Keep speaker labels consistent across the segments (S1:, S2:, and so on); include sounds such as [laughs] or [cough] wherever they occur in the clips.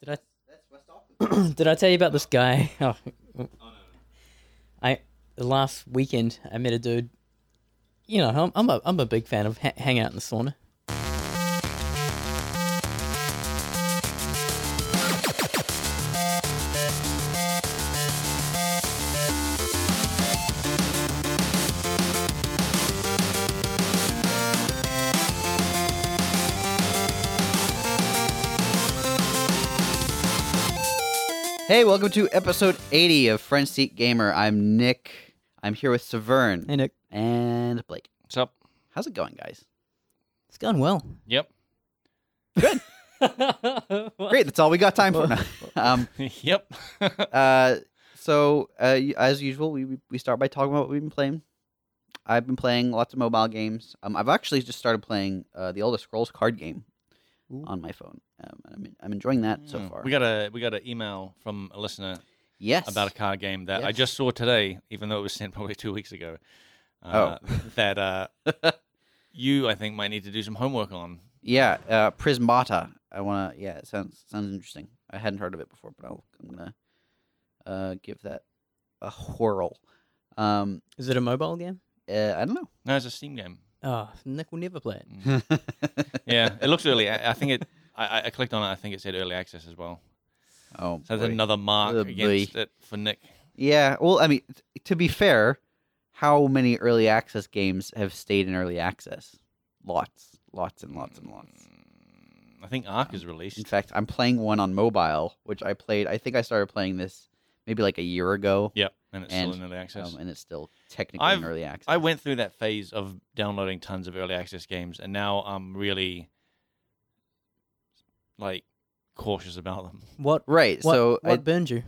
S1: Did I
S2: That's West
S1: [clears throat]
S2: Auckland.
S1: did I tell you about this guy? [laughs] Oh, I the last weekend I met a dude. You know, I'm I'm a I'm a big fan of ha- hang out in the sauna.
S2: hey, welcome to episode 80 of Front Seat Gamer. I'm Nick. I'm here with Severn
S1: And it,
S2: and Blake.
S3: What's up?
S2: How's it going, guys?
S1: it's gone [laughs] well.
S3: Yep. [laughs]
S2: Great. That's all we got time for
S3: [laughs]
S2: now. um,
S3: yep.
S2: uh, so, uh, y- as usual, we, we- we start by talking about what we've been playing. I've been playing lots of mobile games. Um, I've actually just started playing uh, the Elder Scrolls card game
S1: Ooh.
S2: on my phone. Um, I'm, I'm enjoying that so
S3: Hmm.
S2: far.
S3: We got a we got an email from a listener
S2: yes.
S3: about a card game that I
S2: Yes.
S3: just saw today, even though it was sent probably two weeks ago.
S2: Oh.
S3: [laughs] that uh,
S2: [laughs]
S3: you I think might need to do some homework on.
S2: Yeah, uh, Prismata. I want to. Yeah, it sounds sounds interesting. I hadn't heard of it before, but I'll, I'm gonna uh, give that a whirl. Um,
S1: Is it a mobile game?
S2: uh, I don't
S3: No, it's a Steam game.
S1: Oh, Nick will never play it.
S3: Mm.
S2: know.
S3: [laughs] yeah, it looks early. I, I think it. I, I- I clicked on it. I think it said early access as well.
S2: [laughs] oh,
S3: So that's
S2: boy.
S3: another mark
S2: Oh,
S3: against it for Nick.
S2: yeah. Well, I mean, t- to be fair, how many early access games have stayed in early access? Lots, lots, and lots and lots.
S3: Mm, I think Ark is
S2: In
S3: released.
S2: fact, I'm playing one on mobile, which I played. I think I started playing this maybe like a year ago,
S3: Yep, and it's
S2: And,
S3: still in early access.
S2: um, and it's still technically in
S3: I've-
S2: early access.
S3: I went through that phase of downloading tons of early access games, and now I'm really like cautious about them.
S1: What?
S2: Right.
S1: What,
S2: so
S1: what
S2: I-
S1: burned you?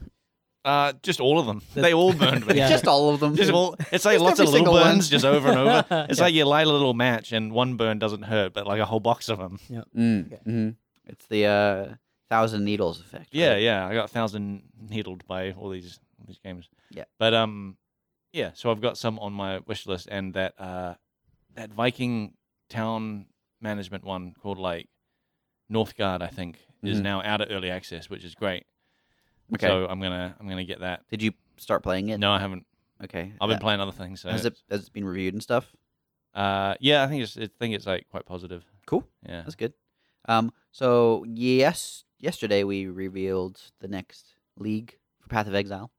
S3: Uh, just all of them.
S1: The-
S3: they all
S2: [laughs]
S3: burned me.
S1: Yeah.
S2: Just all of them.
S3: Just all. It's like
S2: Just
S3: lots
S2: every
S3: of little
S2: single one.
S3: burns, just over
S1: [laughs]
S2: [laughs]
S3: and over. It's
S1: Yeah.
S3: like you light a little match, and one burn doesn't hurt, but like a whole box of them.
S2: Mm,
S1: Okay.
S2: mhm. It's the uh, thousand needles effect.
S3: Yeah,
S2: right?
S3: yeah. I got a thousand needled by all these all these games.
S2: Yeah.
S3: But um, yeah. So I've got some on my wish list, and that uh, that Viking town management one called like Northgard, I think, is
S2: Mhm.
S3: now out of early access, which is great.
S2: Okay.
S3: So I'm gonna I'm gonna get that.
S2: Did you start playing it?
S3: No, I haven't.
S2: Okay.
S3: I've been
S2: Uh,
S3: playing other things. So
S2: Has it has it been reviewed and stuff?
S3: Uh, yeah, I think it's I think it's like quite positive.
S2: Cool.
S3: Yeah.
S2: That's good. Um. So yes, yesterday we revealed the next league for Path of Exile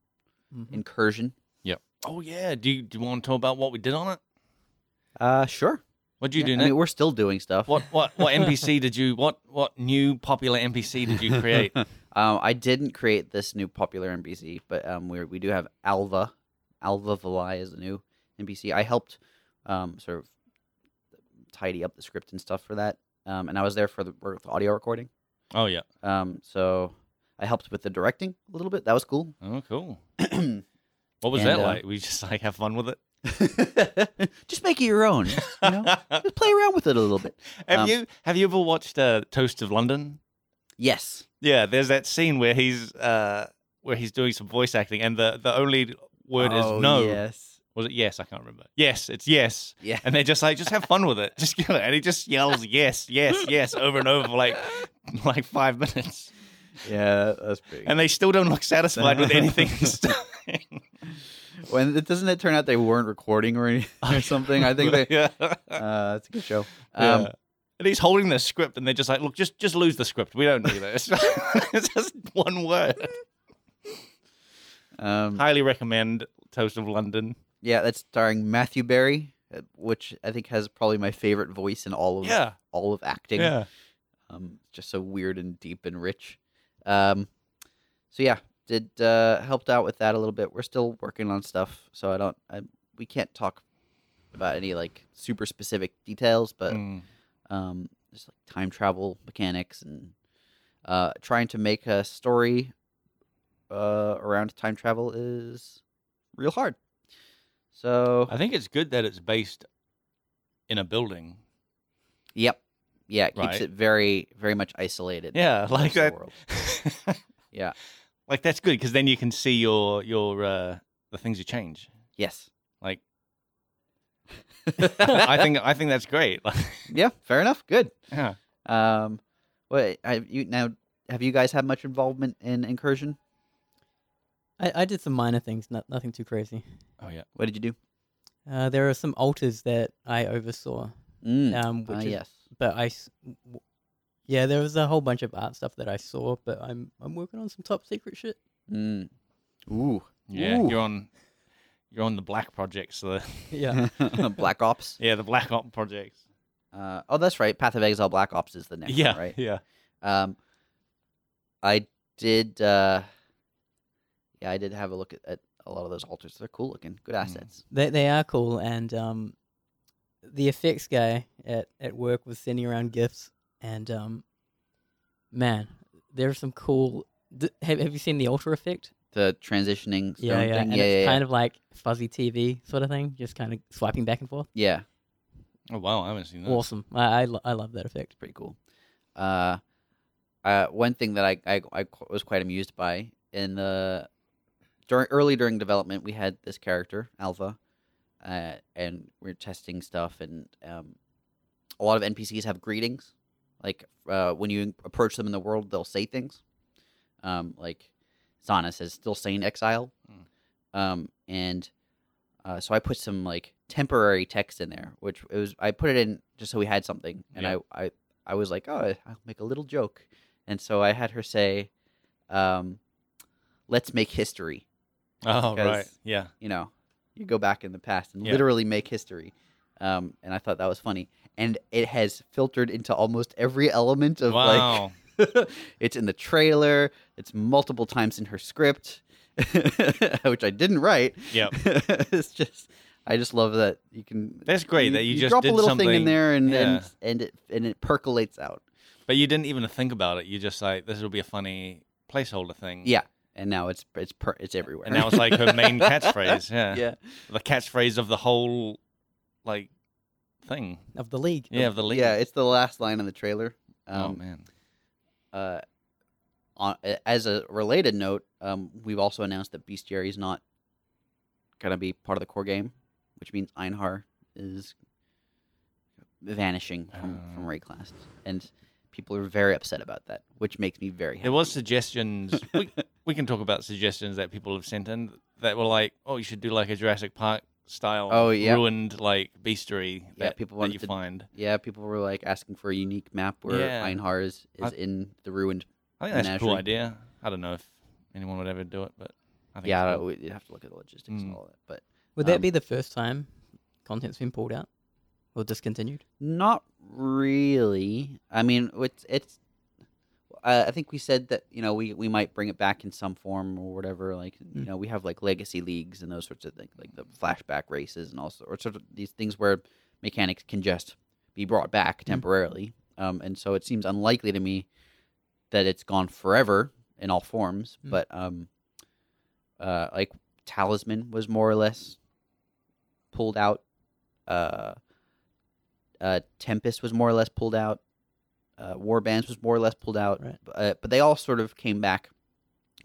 S3: Mm-hmm.
S1: Mhm.
S2: Incursion.
S3: Oh yeah. Do you, do you want to talk about what we did on it?
S2: Uh, sure.
S3: What did you
S2: Yeah,
S3: do
S2: I
S3: next?
S2: mean, we're still doing stuff.
S3: What what what NPC did you what what new popular NPC did you [laughs] create?
S2: Um, I didn't create this new popular NPC, but um, we we do have Alva. Alva Valai is a new NPC. I helped um, sort of tidy up the script and stuff for that, um, and I was there for the, for the audio recording.
S3: Oh yeah.
S2: Um, so I helped with the directing a little bit. That was cool. [clears throat]
S3: Oh cool. What was
S2: And,
S3: that
S2: uh,
S3: like? We just like have fun with it.
S2: Just make it your own. Just, you [laughs] know, just play around with it a little bit.
S3: [laughs] have
S2: um,
S3: you have you ever watched uh, Toast of London?
S2: Yes.
S3: Yeah, there's that scene where he's uh where he's doing some voice acting, and the the only word
S2: Oh,
S3: is no.
S2: Yes.
S3: Was it yes? I can't remember. Yes, it's yes.
S2: Yeah.
S3: And they're just like, just have fun with it. [laughs] Just kill it. And he just yells yes, yes, yes over and over for like like five minutes.
S2: Yeah, that's pretty.
S3: And they still don't look satisfied [laughs] with anything he's doing.
S2: when doesn't it turn out they weren't recording or, [laughs] any, or something? I think [laughs] they.
S3: [laughs] yeah.
S2: Uh, that's a good show. Um,
S3: Yeah. and he's holding the script and they're just like, look, just just lose the script. We don't need this. [laughs] it's just one word.
S2: Um,
S3: Highly recommend Toast of London.
S2: yeah, that's starring Matthew Berry, uh, which I think has probably my favorite voice in all of
S3: Yeah.
S2: all of acting.
S3: Yeah.
S2: Um, just so weird and deep and rich. Um, so yeah, did uh, helped out with that a little bit. We're still working on stuff, so I don't. I, we can't talk about any like super specific details, but
S3: Mm.
S2: um, just like time travel mechanics and uh, trying to make a story uh, around time travel is real hard. So,
S3: I think it's good that it's based in a [laughs] building.
S2: yep, yeah, it keeps
S3: Right.
S2: it very, very much isolated.
S3: Yeah,
S2: from the
S3: like
S2: rest of
S3: that.
S2: the world. Yeah.
S3: Like that's good because then you can see your your uh the things you change.
S2: Yes. [laughs]
S3: Like I think I think that's great. [laughs]
S2: Yeah. Fair enough. Good.
S3: yeah.
S2: Um, what I you now have you guys had much involvement in Incursion?
S1: I, I did some minor things, not, nothing too crazy.
S3: Oh yeah.
S2: What did you do?
S1: Uh, there are some altars that I oversaw.
S2: Mm.
S1: Um, which
S2: ah,
S1: is,
S2: yes.
S1: But I, s- w- yeah, there was a whole bunch of art stuff that I saw, but I'm I'm working on some top secret shit. [laughs]
S2: Mm. Ooh. [laughs]
S3: Yeah.
S2: Ooh.
S3: You're on. You're on the black projects. The
S1: Yeah.
S2: [laughs] Black Ops.
S3: yeah, the black op projects.
S2: Uh, oh, that's right. Path of Exile Black Ops is the next
S3: yeah.
S2: one,
S1: [laughs]
S2: right?
S3: Yeah.
S2: Um, I did. Uh, yeah, I did have a look at, at a lot of those altars. They're cool looking,
S1: Hmm.
S2: good assets.
S1: They they are cool, and um, the effects guy at at work was sending around gifts, and um, man, there's some cool. D- have Have you seen the altar effect?
S2: The transitioning. Stone Thing.
S1: and
S2: yeah,
S1: it's
S2: yeah,
S1: kind of like fuzzy TV sort of thing, just kind of swiping back and forth.
S2: yeah.
S3: Oh wow, I haven't seen that.
S1: Awesome, I I, lo- I love that effect.
S2: It's pretty cool. Uh, uh, one thing that I, I I qu- was quite amused by in the during early during development, we had this character Alpha, uh, and we are testing stuff, and um, a lot of NPCs have greetings. Like uh, when you approach them in the world, they'll say things. Um, like Zana says, "Still sane exile," um, and uh, so I put some like temporary text in there, which it was I put it in just so we had something, and
S3: Yeah.
S2: I, I I was like, oh, I'll make a little joke, and so I had her say, um, "Let's make history."
S3: Oh right.
S2: Because-
S3: Yeah.
S2: You know, you go back in the past and
S3: Yeah.
S2: literally make history, um, and I thought that was funny, and it has filtered into almost every element of like
S3: Wow.
S2: [laughs] it's in the trailer. It's multiple times in her script, [laughs] which I didn't write.
S3: Yep.
S2: [laughs] it's just I just love that you can.
S3: That's great that you just
S2: drop
S3: did
S2: a little thing in
S3: something-
S2: there and,
S3: yeah.
S2: and and it and it percolates out.
S3: But you didn't even think about it. You just like this will be a funny placeholder thing.
S2: Yeah, and now it's it's per, it's everywhere.
S3: And now it's like
S2: [laughs]
S3: her main catchphrase. Yeah.
S2: yeah,
S3: The catchphrase of the whole like thing.
S1: Of the league,
S3: Yeah, of the league.
S2: yeah. It's the last line in the trailer.
S3: oh
S2: Um,
S3: man.
S2: uh, on, as a related note, um, we've also announced that Bestiary is not gonna be part of the core game, which means Einhar is vanishing from, from
S3: Oh.
S2: Rayclast, and people are very upset about that, which makes me very happy.
S3: There
S2: [laughs]
S3: was suggestions. we, we can talk about suggestions that people have sent in that were like, "Oh, you should do like a Jurassic Park style,
S2: Oh, yeah.
S3: ruined like bestiary that
S2: people
S3: that
S2: wanted
S3: you
S2: to-
S3: find."
S2: yeah, people were like asking for a unique map where
S3: Yeah.
S2: Einhar is, is
S3: I-
S2: in the ruined.
S3: I think that's a cool
S2: Menagerie.
S3: idea. I don't know if anyone would ever do it, but I think
S2: Yeah,
S3: it's cool.
S2: we'd have to look at the logistics and
S3: Mm.
S2: all that, but
S1: would that
S2: Um,
S1: be the first time content's been pulled out or discontinued?
S2: Not really. I mean, it's it's. Uh, I think we said that you know we we might bring it back in some form or whatever. Like you
S1: Mm.
S2: know we have like legacy leagues and those sorts of things, like the flashback races and all sorts of these things where mechanics can just be brought back
S1: Mm.
S2: temporarily. Um, and so it seems unlikely to me that it's gone forever in all forms.
S1: Mm.
S2: But um, uh, like talisman was more or less pulled out. Uh, uh, Tempest was more or less pulled out. Uh, War Bands was more or less pulled out.
S1: Right.
S2: B- Uh, but they all sort of came back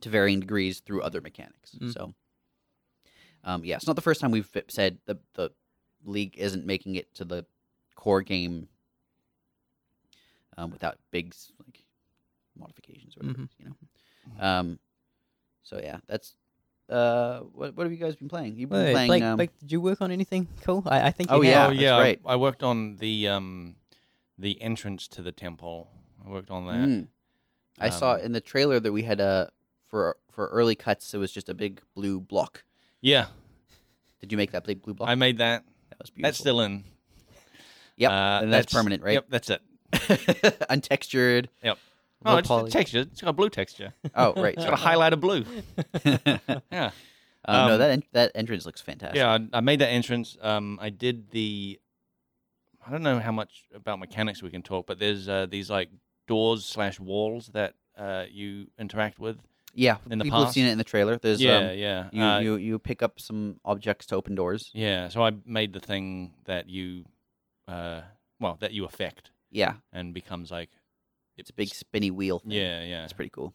S2: to varying degrees through other mechanics.
S1: Mm.
S2: So, um, yeah, it's not the first time we've fi- said the the league isn't making it to the core game um, without big s- like modifications or whatever,
S1: Mhm.
S2: it is, you know. Um, so yeah, that's uh, what what have you guys been playing? You've been
S1: Wait,
S2: playing.
S1: Blake,
S2: um,
S1: Blake, did you work on anything cool? I, I think you
S2: Oh,
S1: have.
S2: yeah,
S3: oh
S2: that's
S3: yeah. I-
S2: right.
S3: I, worked on the um, the entrance to the temple. I worked on that.
S2: Mm. I saw
S3: Um,
S2: in the trailer that we had a for for early cuts. It was just a big blue block.
S3: Yeah,
S2: Did you make that big blue block?
S3: I made that.
S2: that was beautiful.
S3: That's still in.
S2: Yep,
S3: Uh,
S2: and that's, permanent, right?
S3: Yep, that's it.
S2: [laughs] Untextured.
S3: Yep.
S2: No
S3: Oh, it's the
S2: poly.
S3: texture. It's got a blue
S2: [laughs]
S3: texture. It's
S2: oh,
S3: [laughs]
S2: right.
S3: got a highlight of blue.
S2: [laughs]
S3: Yeah.
S2: Uh, no,
S3: Um,
S2: that en- that entrance looks fantastic.
S3: Yeah, I, I made that entrance. Um, I did the. I don't know how much about mechanics we can talk, but there's uh, these like doors slash walls that uh, you interact with.
S2: yeah.
S3: In the
S2: people have seen
S3: past.
S2: it in the trailer. There's
S3: yeah,
S2: um,
S3: yeah,
S2: you,
S3: uh,
S2: you you pick up some objects to open doors.
S3: yeah. So I made the thing that you, uh, well, that you affect
S2: Yeah,
S3: and becomes like.
S2: it's a big spinny wheel. Thing.
S3: Yeah, yeah,
S2: that's pretty cool.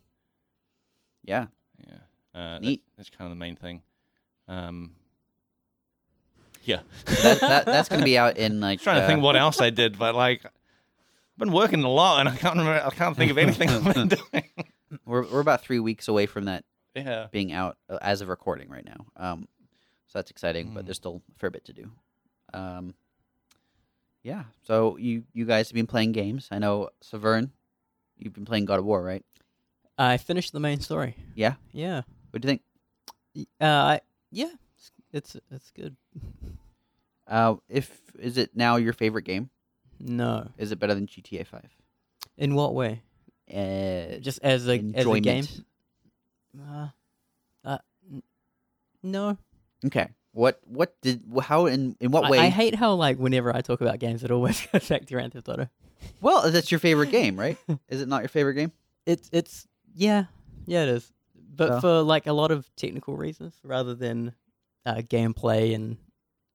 S2: Yeah,
S3: yeah. Uh,
S2: Neat.
S3: That, that's kind of the main thing. Um. Yeah.
S2: that, that that's gonna be
S3: [laughs]
S2: out in like.
S3: I was trying to think
S2: uh, [laughs]
S3: what else I did, but like, I've been working a lot and I can't remember. I can't think of anything I've been doing.
S2: we're we're about three weeks away from that
S3: Yeah.
S2: being out uh, as of recording right now. Um, so that's exciting, but
S3: Mm.
S2: there's still a fair bit to do. Um, yeah. So you you guys have been playing games. I know Severn, you've been playing God of War, right?
S1: I finished the main story.
S2: Yeah.
S1: Yeah.
S2: What do you think?
S1: Y- Uh, I, yeah. It's, it's it's good.
S2: Uh, if is it now your favorite game?
S1: No.
S2: Is it better than GTA Five?
S1: In what way?
S2: Uh,
S1: Eh, Just as a as a game.
S2: enjoyment.
S1: Uh, uh, n- no.
S2: Okay. What what did wh- how in in what
S1: I-
S2: way?
S1: I, hate how like whenever I talk about games, it always [laughs] goes back to Grand Theft Auto.
S2: well, that's your favorite
S1: [laughs]
S2: game, right? is it not your favorite game?
S1: It's it's yeah yeah it is, but
S2: So?
S1: for like a lot of technical reasons rather than uh, gameplay and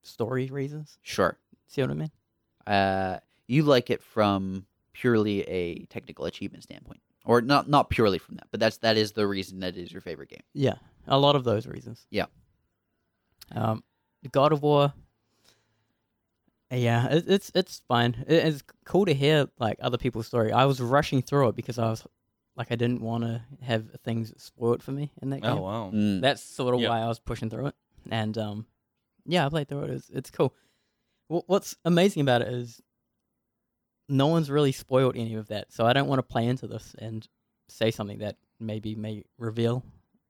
S1: story reasons.
S2: Sure.
S1: See what I mean?
S2: Uh, you like it from purely a technical achievement standpoint, or not not purely from that, but that's that is the reason that it is your favorite game.
S1: Yeah, a lot of those reasons.
S2: Yeah.
S1: Um, God of War. Yeah, it, it's it's fine. It, it's cool to hear like other people's story. I was rushing through it because I was like I didn't want to have things spoiled for me in that game.
S3: Oh wow.
S2: Mm.
S1: That's sort of
S3: Yeah.
S1: why I was pushing through it. And um, yeah, I played through it. It's, it's cool. Wh- What's amazing about it is no one's really spoiled any of that. So I don't want to play into this and say something that maybe may reveal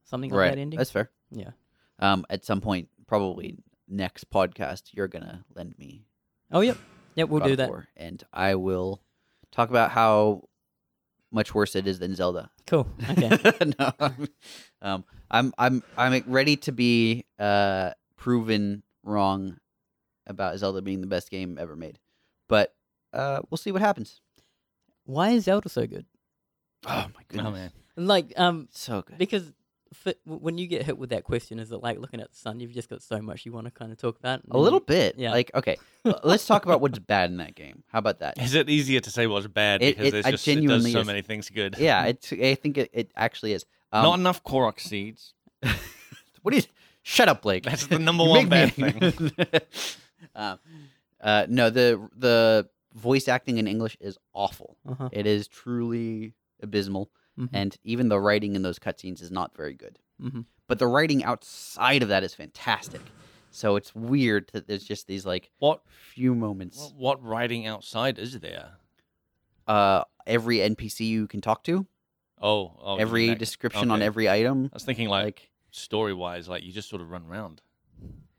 S1: something like
S2: Right.
S1: that ending.
S2: That's fair.
S1: Yeah.
S2: Um, at some point, probably next podcast, you're gonna lend me.
S1: oh, yep. Yep, we'll
S2: God
S1: do
S2: of
S1: that.
S2: War, and I will talk about how much worse it is than Zelda.
S1: Cool. Okay.
S2: [laughs] no, I'm, um, I'm I'm I'm ready to be uh, proven wrong about Zelda being the best game ever made, but uh, we'll see what happens.
S1: why is Zelda so good?
S2: Oh my goodness,
S3: Oh man.
S1: Like, um,
S2: so good.
S1: because f- w- when you get hit with that question, is it like looking at the sun? You've just got so much you want to kind of talk about. and
S2: A
S1: then
S2: little
S1: you-
S2: bit,
S1: Yeah.
S2: Like
S3: [laughs]
S2: okay, l- let's talk about what's bad in that game. How about that?
S3: Is it easier to say what's bad
S2: It-
S3: because
S2: it-
S3: there's
S2: I
S3: just
S2: genuinely
S3: it does so
S2: is.
S3: many things good? [laughs]
S2: Yeah, it's. I think it, it actually is. Um,
S3: Not enough Korok seeds.
S2: what is? Shut up, Blake.
S3: [laughs] That's the number
S2: You
S3: one bad
S2: make [laughs]
S3: thing.
S2: me angry. um, uh, no, the the voice acting in English is awful.
S1: Uh-huh.
S2: It is truly abysmal,
S1: Mhm.
S3: Mm-hmm.
S2: and even the writing in those cutscenes is not very good.
S1: Mhm.
S2: But the writing outside of that is fantastic. So it's weird that there's just these like
S3: What
S2: few moments.
S3: what writing outside is there?
S2: Uh, every NPC you can talk to,
S3: Oh, oh you
S2: every
S3: mean that-
S2: description on
S3: okay.
S2: every item,
S3: I was thinking like,
S2: like
S3: story wise, like you just sort of run around.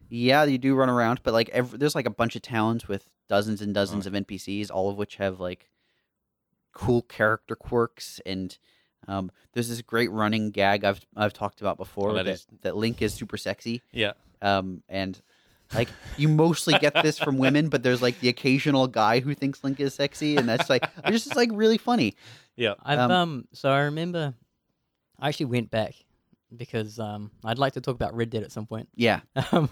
S2: Yeah, you do run around, but like ev there's like a bunch of towns with dozens and dozens of NPCs, all of which have like cool character quirks and um, there's this great running gag I've I've talked about before
S3: that
S2: that,
S3: is-
S2: that Link is super sexy.
S3: Yeah.
S2: Um, and like you mostly get this from women, but there's like the occasional guy who thinks Link is sexy, and that's like [laughs] it's just like really funny.
S3: Yeah.
S1: I've
S2: Um,
S1: um, so I remember I actually went back because um I'd like to talk about Red Dead at some point. [laughs]
S2: Yeah,
S1: Um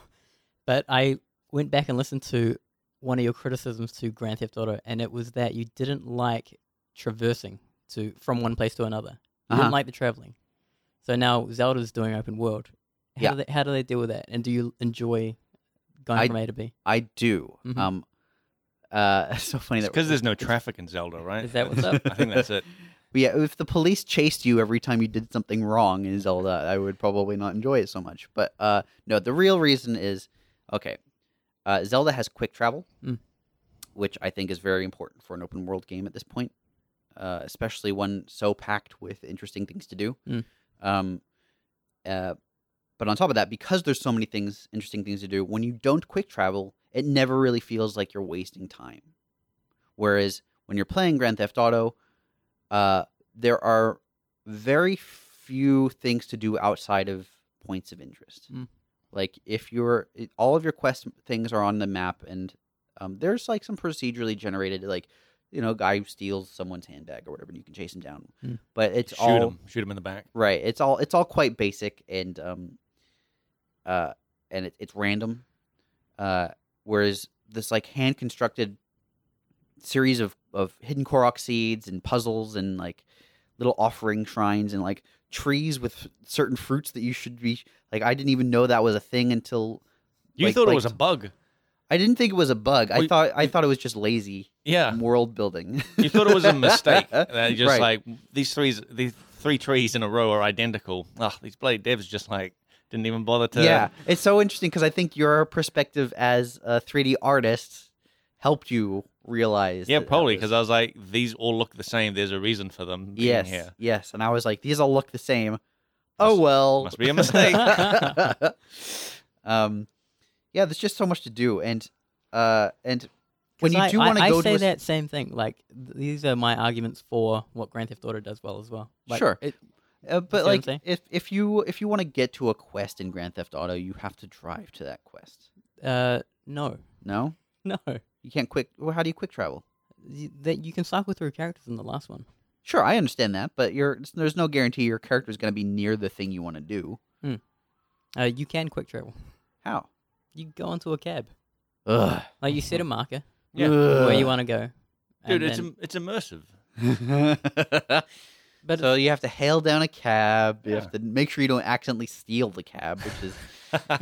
S1: but I went back and listened to one of your criticisms to Grand Theft Auto and it was that you didn't like traversing to from one place to another. You
S2: Uh-huh.
S1: didn't like the traveling. So now Zelda's doing open world. How
S2: Yeah.
S1: do they how do they deal with that? And do you enjoy going
S2: I-
S1: from A to B?
S2: I do.
S1: Mhm.
S2: Um, uh, [laughs] it's so funny that
S3: Because there's no traffic in Zelda, right?
S1: Is that what's up?
S3: [laughs] I think that's it.
S2: But yeah, if the police chased you every time you did something wrong in Zelda, I would probably not enjoy it so much. But uh, no, the real reason is okay. Uh, Zelda has quick travel,
S1: Mm.
S2: which I think is very important for an open world game at this point, uh, especially one so packed with interesting things to do.
S1: Mm.
S2: Um, uh, but on top of that, because there's so many things, interesting things to do, when you don't quick travel, it never really feels like you're wasting time. Whereas when you're playing Grand Theft Auto, uh, there are very few things to do outside of points of interest.
S3: Hmm.
S1: Mm.
S2: Like if you're it- all of your quest things are on the map, and um, there's like some procedurally generated like you know guy who steals someone's handbag or whatever, and you can chase him down.
S1: Mm.
S2: But it's
S3: Hmm. Shoot
S2: all
S3: him. Shoot him in the back.
S2: Right. It's all it's all quite basic and um uh and it, it's random. Uh whereas this like hand constructed series of of hidden korok seeds and puzzles and like little offering shrines and like trees with certain fruits that you should be like I didn't even know that was a thing until
S3: You
S2: Like-
S3: thought
S2: like-
S3: it
S1: [laughs]
S3: was a bug.
S2: I didn't think it was a bug. I
S3: Well,
S2: thought I
S3: you-
S2: thought it was just lazy
S3: [laughs] Yeah.
S2: world building.
S3: [laughs]
S2: [laughs]
S3: You thought it was a mistake. And then you're just
S2: Right.
S3: like these three these three trees in a row are identical. Ugh, these bloody devs just like didn't even bother to.
S2: Yeah, it's so interesting because I think your perspective as a 3D artist helped you realize.
S3: Yeah,
S2: that that
S3: probably
S2: was-
S3: because I was like, these all look the same. There's a reason for them being
S2: yes,
S3: here.
S2: yes, and I was like, these all look the same. oh
S3: Must-
S2: well,
S3: must be a mistake.
S2: [laughs]
S3: [laughs]
S2: um, yeah, there's just so much to do, and uh, and when
S1: 'Cause
S2: you
S1: I-
S2: do
S1: I-
S2: want to
S1: I
S2: go
S1: say
S2: to a s-
S1: that same thing. Like th- these are my arguments for what Grand Theft Auto does well as well. Like,
S2: Sure.
S1: it-
S2: Uh,
S1: see
S2: but
S1: what I'm
S2: like,
S1: saying?
S2: if if you if you want to get to a quest in Grand Theft Auto, you have to drive to that quest.
S1: uh, no, [laughs]
S2: No,
S1: no,
S2: you can't quick. Well, how do you quick travel?
S1: You- that you can cycle through characters in the last one.
S2: Sure, I understand that, but you're, there's no guarantee your character is going to be near the thing you want to do.
S1: Uh, you can quick travel.
S2: How?
S1: You go into a cab.
S2: Ugh.
S1: Like you set a marker
S3: Yeah.
S1: where
S2: Uh,
S1: you want to go.
S3: Dude,
S1: and
S3: it's
S1: then-
S3: im- it's immersive.
S2: [laughs] want.
S1: but
S2: so you have to hail down a cab. You
S3: Yeah.
S2: have to make sure you don't accidentally steal the cab, which is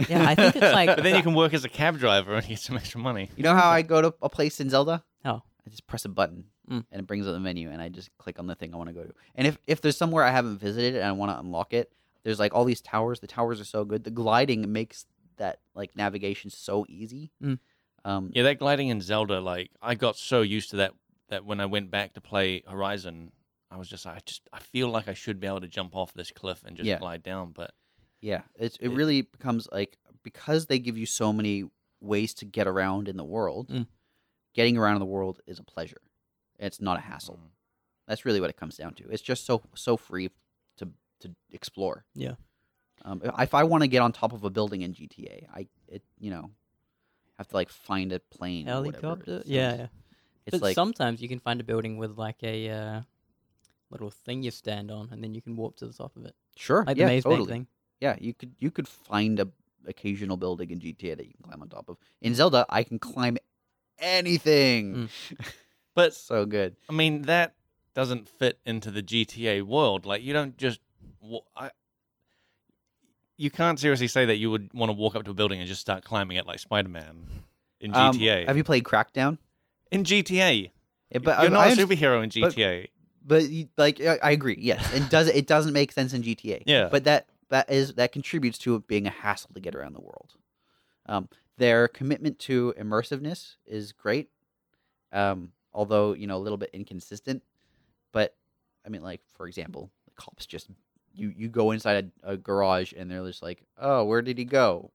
S1: yeah, I think
S3: [laughs]
S1: it's like
S3: But then you can work as a cab driver and get some extra money.
S2: you know how I go to a place in Zelda.
S1: How?
S2: I just press a button
S1: Mm.
S2: and it brings up the menu, and I just click on the thing I want to go to. And if if there's somewhere I haven't visited and I want to unlock it, there's like all these towers. The towers are so good. The gliding makes that like navigation so easy.
S1: Mm.
S2: Um,
S3: Yeah, that gliding in Zelda, like I got so used to that that when I went back to play Horizon, I was just like, I just I feel like I should be able to jump off this cliff and just
S2: Yeah.
S3: glide down, but
S2: Yeah, it's it
S3: It-
S2: really becomes like because they give you so many ways to get around in the world,
S1: Mm.
S2: getting around in the world is a pleasure. It's not a hassle.
S3: Mm.
S2: That's really what it comes down to. It's just so so free to to explore.
S1: Yeah.
S2: Um, i- if I want to get on top of a building in GTA, I it you know have to like find a plane or whatever.
S1: helicopter.
S2: It's-
S1: Yeah, yeah.
S2: It's
S1: but
S2: like
S1: sometimes you can find a building with like a uh, little thing you stand on, and then you can walk to the top of it,
S2: sure,
S1: like
S2: yeah,
S1: the maze bank
S2: totally.
S1: thing.
S2: Yeah, you could you could find a occasional building in GTA that you can climb on top of. In Zelda, I can climb anything.
S3: but
S2: So good.
S3: I mean, that doesn't fit into the GTA world. Like, you don't just. wa- I, you can't seriously say that you would want to walk up to a building and just start climbing it like Spider Man in
S2: Um,
S3: GTA.
S2: have you played Crackdown?
S3: in GTA.
S2: Yeah,
S3: But
S2: but
S3: You're
S2: I, I
S3: not a
S2: underst-
S3: superhero in
S2: but-
S3: GTA.
S2: But you- like, I, I agree. Yes, and does it doesn't make sense in GTA.
S3: Yeah.
S2: but that that is that contributes to it being a hassle to get around the world. Um, their commitment to immersiveness is great, um, although you know a little bit inconsistent. But I mean, like for example, the cops just you you go inside a, a garage and they're just like, oh, where did he go?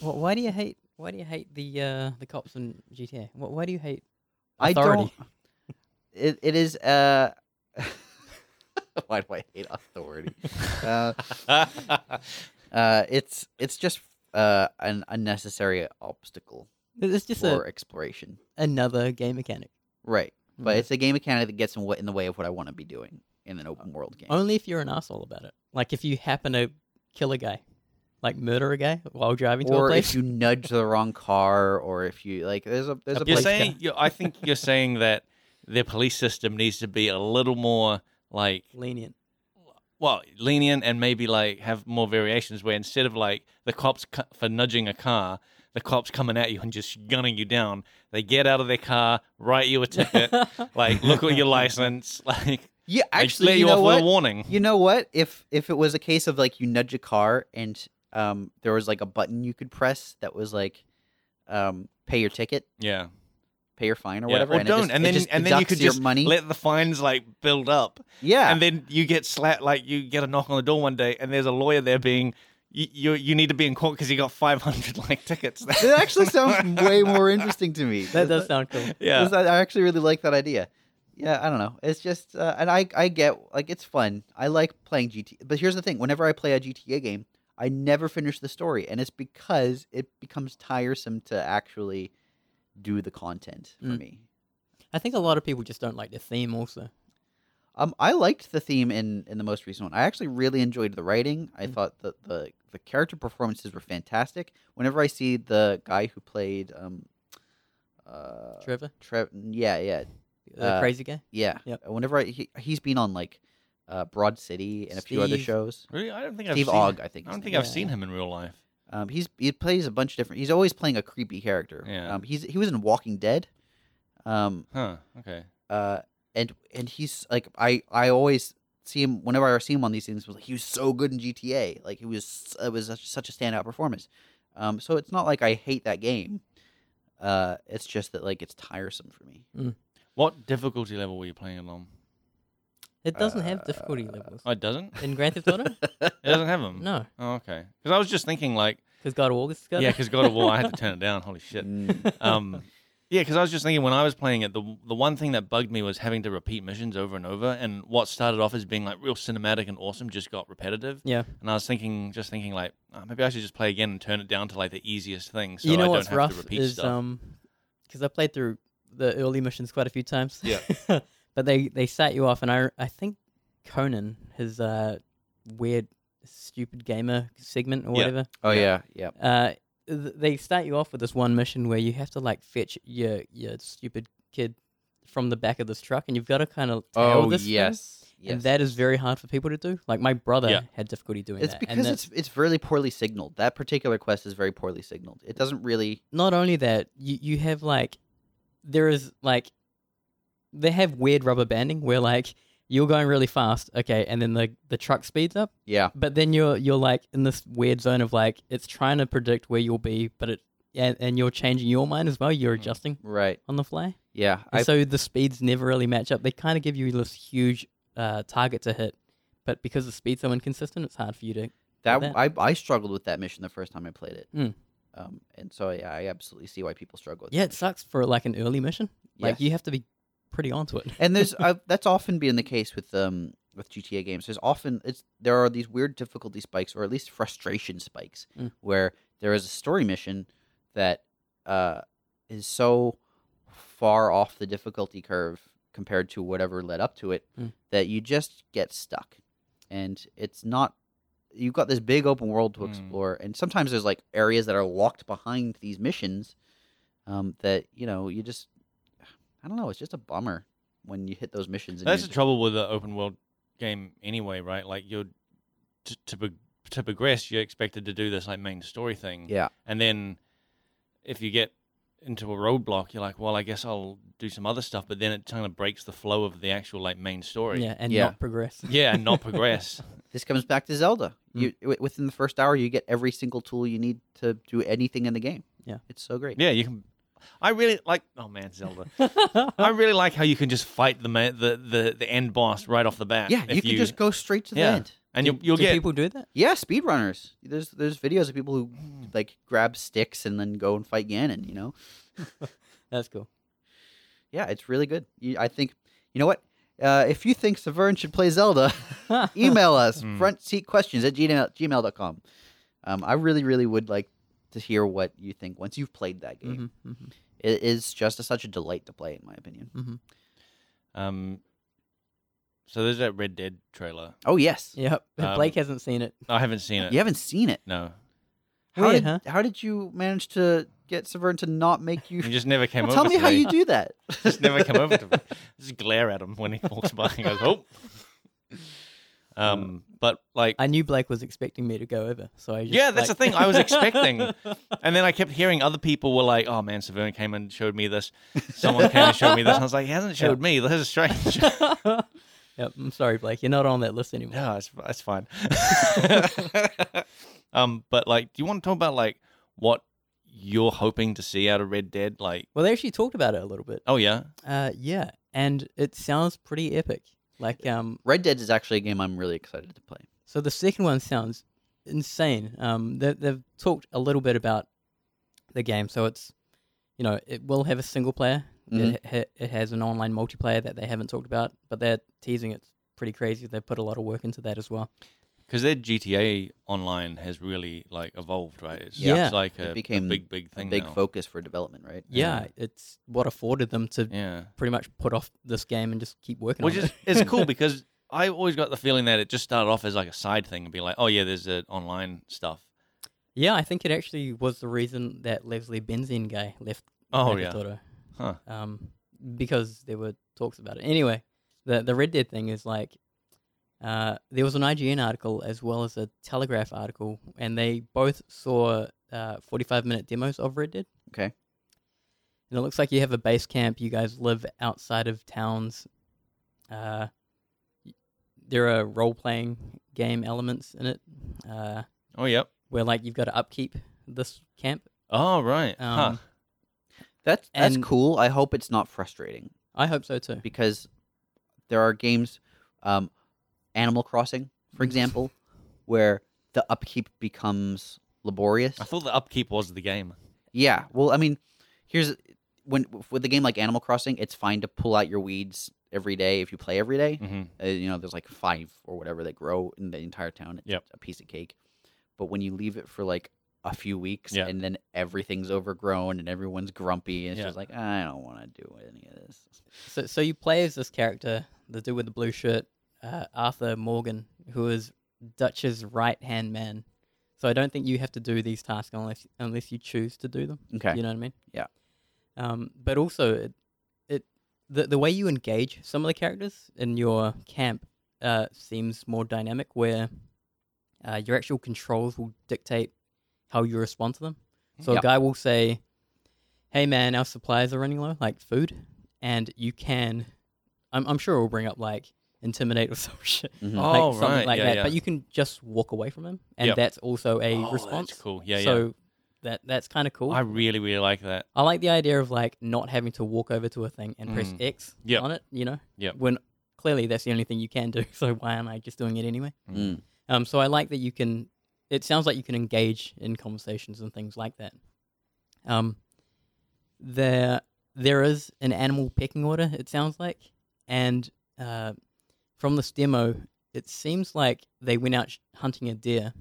S1: Wh- why do you hate? Why do you hate the uh, the cops in GTA? Wh- why do you hate?
S2: I
S1: Authority. [laughs]
S2: don't. [laughs] It, it is uh. [laughs] Why do I hate authority? uh,
S3: [laughs]
S2: uh, it's it's just uh, an unnecessary obstacle
S1: It's just
S2: for
S1: a,
S2: exploration,
S1: another game mechanic.
S2: right? But
S3: Mm-hmm.
S1: Mm.
S2: it's a game mechanic that gets in, wa- in the way of what I want to be doing in an open world game.
S1: Only if you're an asshole about it. Like if you happen to kill a guy, like murder a guy while driving to a
S2: or if
S1: place.
S2: you nudge the wrong car, or if you like, there's a there's a
S1: You're
S3: You're
S2: place.
S3: saying, you I think you're saying that their police system needs to be a little more like
S1: [laughs]
S2: [laughs]
S1: lenient.
S3: well, lenient and maybe like have more variations where instead of like the cops cu- for nudging a car, the cops coming at you and just gunning you down, they get out of their car, write you a ticket,
S2: [laughs]
S3: like look at your license, [laughs] like
S2: yeah,
S3: they
S2: actually,
S3: let
S2: you,
S3: you,
S2: know
S3: off
S2: what?
S3: with a warning.
S2: You know what? If if it was a case of like you nudge a car and um there was like a button you could press that was like um pay your ticket,
S3: Yeah,
S2: pay your fine or
S3: Yeah,
S2: whatever,
S3: Or
S2: and
S3: don't,
S2: it just,
S3: and
S2: it
S3: then
S2: just
S3: and then you
S2: deducts
S3: could
S2: your
S3: just
S2: money.
S3: let the fines like build up,
S2: yeah,
S3: and then you get slapped. Like you get a knock on the door one day, and there's a lawyer there being. You, you, you need to be in court because you got 500 like tickets. [laughs]
S2: it actually sounds way more interesting to
S1: [laughs]
S2: me.
S1: That does sound cool.
S3: yeah.
S2: Is that- I actually really like that idea. Yeah, I don't know. It's just, uh, and I, I get like it's fun. I like playing GTA, but here's the thing: whenever I play a GTA game, I never finish the story, and it's because it becomes tiresome to actually do the content for
S1: Mm.
S2: me.
S1: I think a lot of people just don't like the theme. Also,
S2: Um, I liked the theme in in the most recent one. I actually really enjoyed the writing. I
S1: Mm.
S2: thought that the the character performances were fantastic. Whenever I see the guy who played, um, uh,
S1: Trevor,
S2: Trev, yeah, yeah,
S1: the
S2: uh,
S1: crazy guy.
S2: Yeah. Uh,
S1: Yep.
S2: Whenever I, he, he's been on like uh, Broad City and a few other
S1: Steve-
S2: shows.
S3: Really? I don't think
S2: Steve
S3: I've seen,
S2: Ogg, I think.
S3: I
S2: his
S3: don't think
S2: name
S3: I've
S2: is.
S3: seen him in real life.
S2: Um, he's he plays a bunch of different. He's always playing a creepy character.
S3: Yeah.
S2: Um, he's he was in Walking Dead. Um.
S3: Huh. Okay.
S2: Uh. And and he's like I I always see him whenever I see him on these things. Was like, he was so good in GTA. Like he was, it was such, such a standout performance. Um, so it's not like I hate that game. Uh, it's just that like it's tiresome for me.
S3: What difficulty level were you playing it on?
S1: It doesn't have
S2: Uh,
S1: difficulty levels
S3: Oh, it doesn't.
S1: in Grand Theft
S2: [laughs]
S1: Auto.
S3: It doesn't have them.
S1: [laughs] no,
S3: Oh, okay. Because I was just thinking like,
S1: because God of August.
S3: yeah, because God of War, I had to turn it down. Holy
S1: [laughs]
S3: shit.
S2: Mm.
S3: Um, yeah, because I was just thinking when I was playing it, the the one thing that bugged me was having to repeat missions over and over, and what started off as being like real cinematic and awesome just got repetitive.
S1: Yeah.
S3: And I was thinking, just thinking like, oh, maybe I should just play again and turn it down to like the easiest thing, so
S1: you
S3: I
S1: know
S3: don't
S1: what's
S3: have
S1: rough
S3: to repeat
S1: is
S3: stuff.
S1: um, because I played through the early missions quite a few times.
S3: Yeah.
S1: [laughs] but they they sat you off, and I I think Conan his uh weird stupid gamer segment or
S3: Yeah.
S1: whatever.
S2: oh yeah, yeah.
S1: Uh, th- they start you off with this one mission where you have to like fetch your your stupid kid from the back of this truck, and you've got to kind of tail
S2: Oh
S1: this thing,
S2: yes, yes.
S1: and that is very hard for people to do. Like my brother
S3: Yeah.
S1: had difficulty doing
S2: It's
S1: that.
S2: because
S1: and that-
S2: it's it's really poorly signaled. That particular quest is very poorly signaled. It doesn't really.
S1: not only that, you you have like there is like they have weird rubber banding where like you're going really fast, okay, and then the the truck speeds up,
S2: Yeah,
S1: but then you're you're like in this weird zone of like it's trying to predict where you'll be, but it and, and you're changing your mind as well. You're adjusting
S2: right.
S1: on the fly,
S2: Yeah,
S1: and
S2: Mm-hmm. I
S1: so the speeds never really match up. They kind of give you this huge uh, target to hit, but because the speed's so inconsistent, it's hard for you to.
S2: that,
S1: that.
S2: I I struggled with that mission the first time I played it.
S1: Mm.
S2: Um, and so yeah, I absolutely see why people struggle. with
S1: Yeah,
S2: that
S1: it sucks for like an early mission. Like
S2: Yes.
S1: you have to be pretty onto it.
S2: and there's i that's often been the case with um with GTA games. There's often it's there are these weird difficulty spikes or at least frustration spikes
S1: Mm.
S2: where there is a story mission that uh is so far off the difficulty curve compared to whatever led up to it
S1: Mm.
S2: that you just get stuck and it's not you've got this big open world to
S3: Mm.
S2: explore and sometimes there's like areas that are locked behind these missions um, that you know you just i don't know it's just a bummer when you hit those missions and you
S3: That's the
S2: just-
S3: trouble with an open world game, anyway, right? Like you're to to, pro- to progress, you're expected to do this like main story thing,
S2: yeah
S3: and then if you get into a roadblock, you're like, well, I guess I'll do some other stuff, but then it kind of breaks the flow of the actual like main story.
S1: Yeah, and
S2: Yeah.
S1: not progress.
S3: Yeah, and not progress.
S2: [laughs] this comes back to zelda
S3: Mm.
S2: you w- within the first hour you get every single tool you need to do anything in the game
S1: Yeah.
S2: it's so great
S3: yeah, you can. I really like. Oh man, Zelda. [laughs] I really like how you can just fight the ma- the, the the end boss right off the bat.
S2: yeah
S3: if
S2: you can just go straight to the
S3: Yeah.
S2: end
S3: and
S1: Do-
S3: you'll you'll
S1: do
S3: get.
S1: people do that?
S2: yeah speedrunners there's there's videos of people who like grab sticks and then go and fight ganon you know
S1: That's
S3: [laughs]
S1: cool.
S2: Yeah, it's really good. You, I think you know what? Uh, if you think Severn should play Zelda, [laughs]
S1: [laughs]
S2: email us
S3: Hmm.
S2: front seat questions at gmail, gmail.com. Um, I really, really would like to hear what you think once you've played that game.
S1: Mhm, mhm.
S2: It is just a, such a delight to play, in my opinion.
S1: mm-hmm.
S3: Um. So there's that Red Dead trailer.
S2: Oh yes,
S1: Yep.
S3: Um,
S1: Blake hasn't seen it.
S3: I haven't seen it.
S2: you haven't seen it.
S3: No,
S2: How
S1: Weird,
S2: did
S1: huh?
S2: how did you manage to get Severn to not
S1: [laughs]
S2: make you?
S3: you just never came over.
S2: [laughs] Tell me
S3: to
S2: how
S3: [laughs]
S2: you do that.
S3: just never come over to me. [laughs] Just glare at him when he walks by and goes, "Oh." Um. But like,
S1: I knew Blake was expecting me to go over, so I just,
S3: Yeah, that's
S1: like-
S3: the thing. I was expecting. and then I kept hearing other people were like, oh man, Severn came and showed me this. Someone came and showed me this. And I was like, he hasn't showed me. This is strange.
S1: [laughs]
S3: [laughs]
S1: yep. I'm sorry, Blake. You're not on that list anymore.
S3: no, it's, it's fine. [laughs] um, but like, do you want to talk about like what you're hoping to see out of Red Dead? Like,
S1: Well, they actually talked about it a little bit.
S3: oh yeah.
S1: Uh, yeah, and it sounds pretty epic. Like, um,
S2: Red Dead is actually a game I'm really excited to play.
S1: So the second one sounds insane. Um, they, they've talked a little bit about the game, so it's you know it will have a single player.
S3: Mm-hmm.
S1: It, ha- it has an online multiplayer that they haven't talked about, but they're teasing it's pretty crazy. They put a lot of work into that as well.
S3: Because their GTA Online has really like evolved, right? It's,
S1: Yeah.
S3: it's like a, a
S2: became
S3: big, big
S2: A
S3: thing.
S2: big
S3: now.
S2: focus for development, right?
S1: Yeah,
S3: Yeah.
S1: Uh, it's what afforded them to
S3: Yeah.
S1: pretty much put off this game and just keep working.
S3: Which
S1: on
S3: is
S1: [laughs] it.
S3: it's cool because I always got the feeling that it just started off as like a side thing and be like, oh yeah, there's the online stuff.
S1: yeah, I think it actually was the reason that Leslie Benzine guy left.
S3: Oh
S1: Grand
S3: yeah,
S1: Theft Auto.
S3: huh?
S1: um, because there were talks about it. Anyway, the the Red Dead thing is like uh, there was an IGN article as well as a Telegraph article, and they both saw uh, forty five minute demos of Red Dead.
S2: Okay.
S1: And it looks like you have a base camp. You guys live outside of towns. Uh, there are role playing game elements in it, uh,
S3: Oh, yep.
S1: where like you've got to upkeep this camp.
S3: Oh, right. huh.
S1: Um,
S2: That's that's
S1: And-
S2: cool. I hope it's not frustrating
S1: I hope so too.
S2: because there are games, um, Animal Crossing,
S1: Mm.
S2: for example, where the upkeep becomes laborious.
S3: I thought the upkeep was the game.
S2: Yeah. Well, I mean, here's when with a game like Animal Crossing, it's fine to pull out your weeds every day if you play every day.
S3: hmm
S2: Uh, you know, there's like five or whatever that grow in the entire town. It's
S3: Yep.
S2: a piece of cake. But when you leave it for like a few weeks
S3: Yeah.
S2: and then everything's overgrown and everyone's grumpy, and it's
S3: Yeah.
S2: just like I don't want to do any of this.
S1: So, so you play as this character, the dude with the blue shirt, uh, Arthur Morgan, who is Dutch's right hand man. So I don't think you have to do these tasks unless unless you choose to do them.
S2: Okay.
S1: You know what I mean?
S2: Yeah.
S1: Um, but also, it, it the the way you engage some of the characters in your camp uh, seems more dynamic, where uh, your actual controls will dictate how you respond to them. So
S2: Yeah.
S1: a guy will say, "Hey man, our supplies are running low, like food," and you can, I'm I'm sure it will bring up like intimidate or [laughs] some shit,
S2: Mhm.
S3: Oh,
S1: like something
S3: right.
S1: like
S3: yeah,
S1: that.
S3: yeah.
S1: But you can just walk away from them, and
S3: Yep.
S1: that's also a
S3: Oh,
S1: response.
S3: That's cool. Yeah,
S1: so that that's kind of cool.
S3: yeah. I really, really like that.
S1: I like the idea of like not having to walk over to a thing and press
S3: Mm.
S1: X
S3: Yep.
S1: on it, you know?
S3: Yep.
S1: When clearly that's the only thing you can do, [laughs] so why am I just doing it anyway?
S2: Mm.
S1: Um so I like that you can it sounds like you can engage in conversations and things like that. Um there there is an animal pecking order, it sounds like. And uh from this demo, it seems like they went out sh- hunting a deer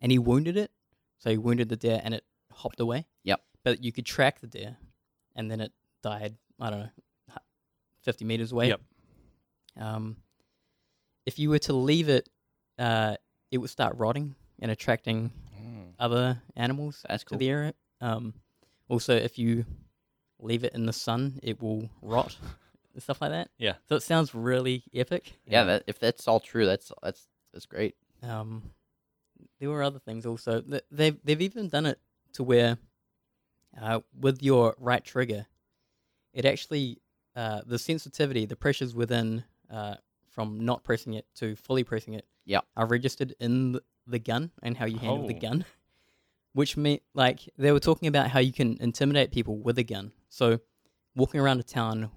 S1: and he wounded it. So he wounded the deer and it hopped away.
S2: Yep.
S1: But you could track the deer and then it died, I don't know, hu- 50 meters away.
S3: Yep.
S1: Um, if you were to leave it, uh, it would start rotting and attracting
S2: Hmm.
S3: Mm.
S1: other animals
S2: That's
S1: to
S2: cool.
S1: the area. Um, also, if you leave it in the sun, it will
S2: [laughs]
S1: rot and stuff like that.
S3: Yeah.
S1: So it sounds really epic.
S2: yeah, that, if that's all true, that's that's that's great.
S1: Um, there were other things also. Th- They've they've even done it to where, uh, with your right trigger, it actually uh, the sensitivity, the pressures within uh, from not pressing it to fully pressing it,
S2: Yeah.
S1: are registered in the, the gun and how you handle the
S3: Oh.
S1: gun. Which meant like they were talking about how you can intimidate people with a gun. So walking around a town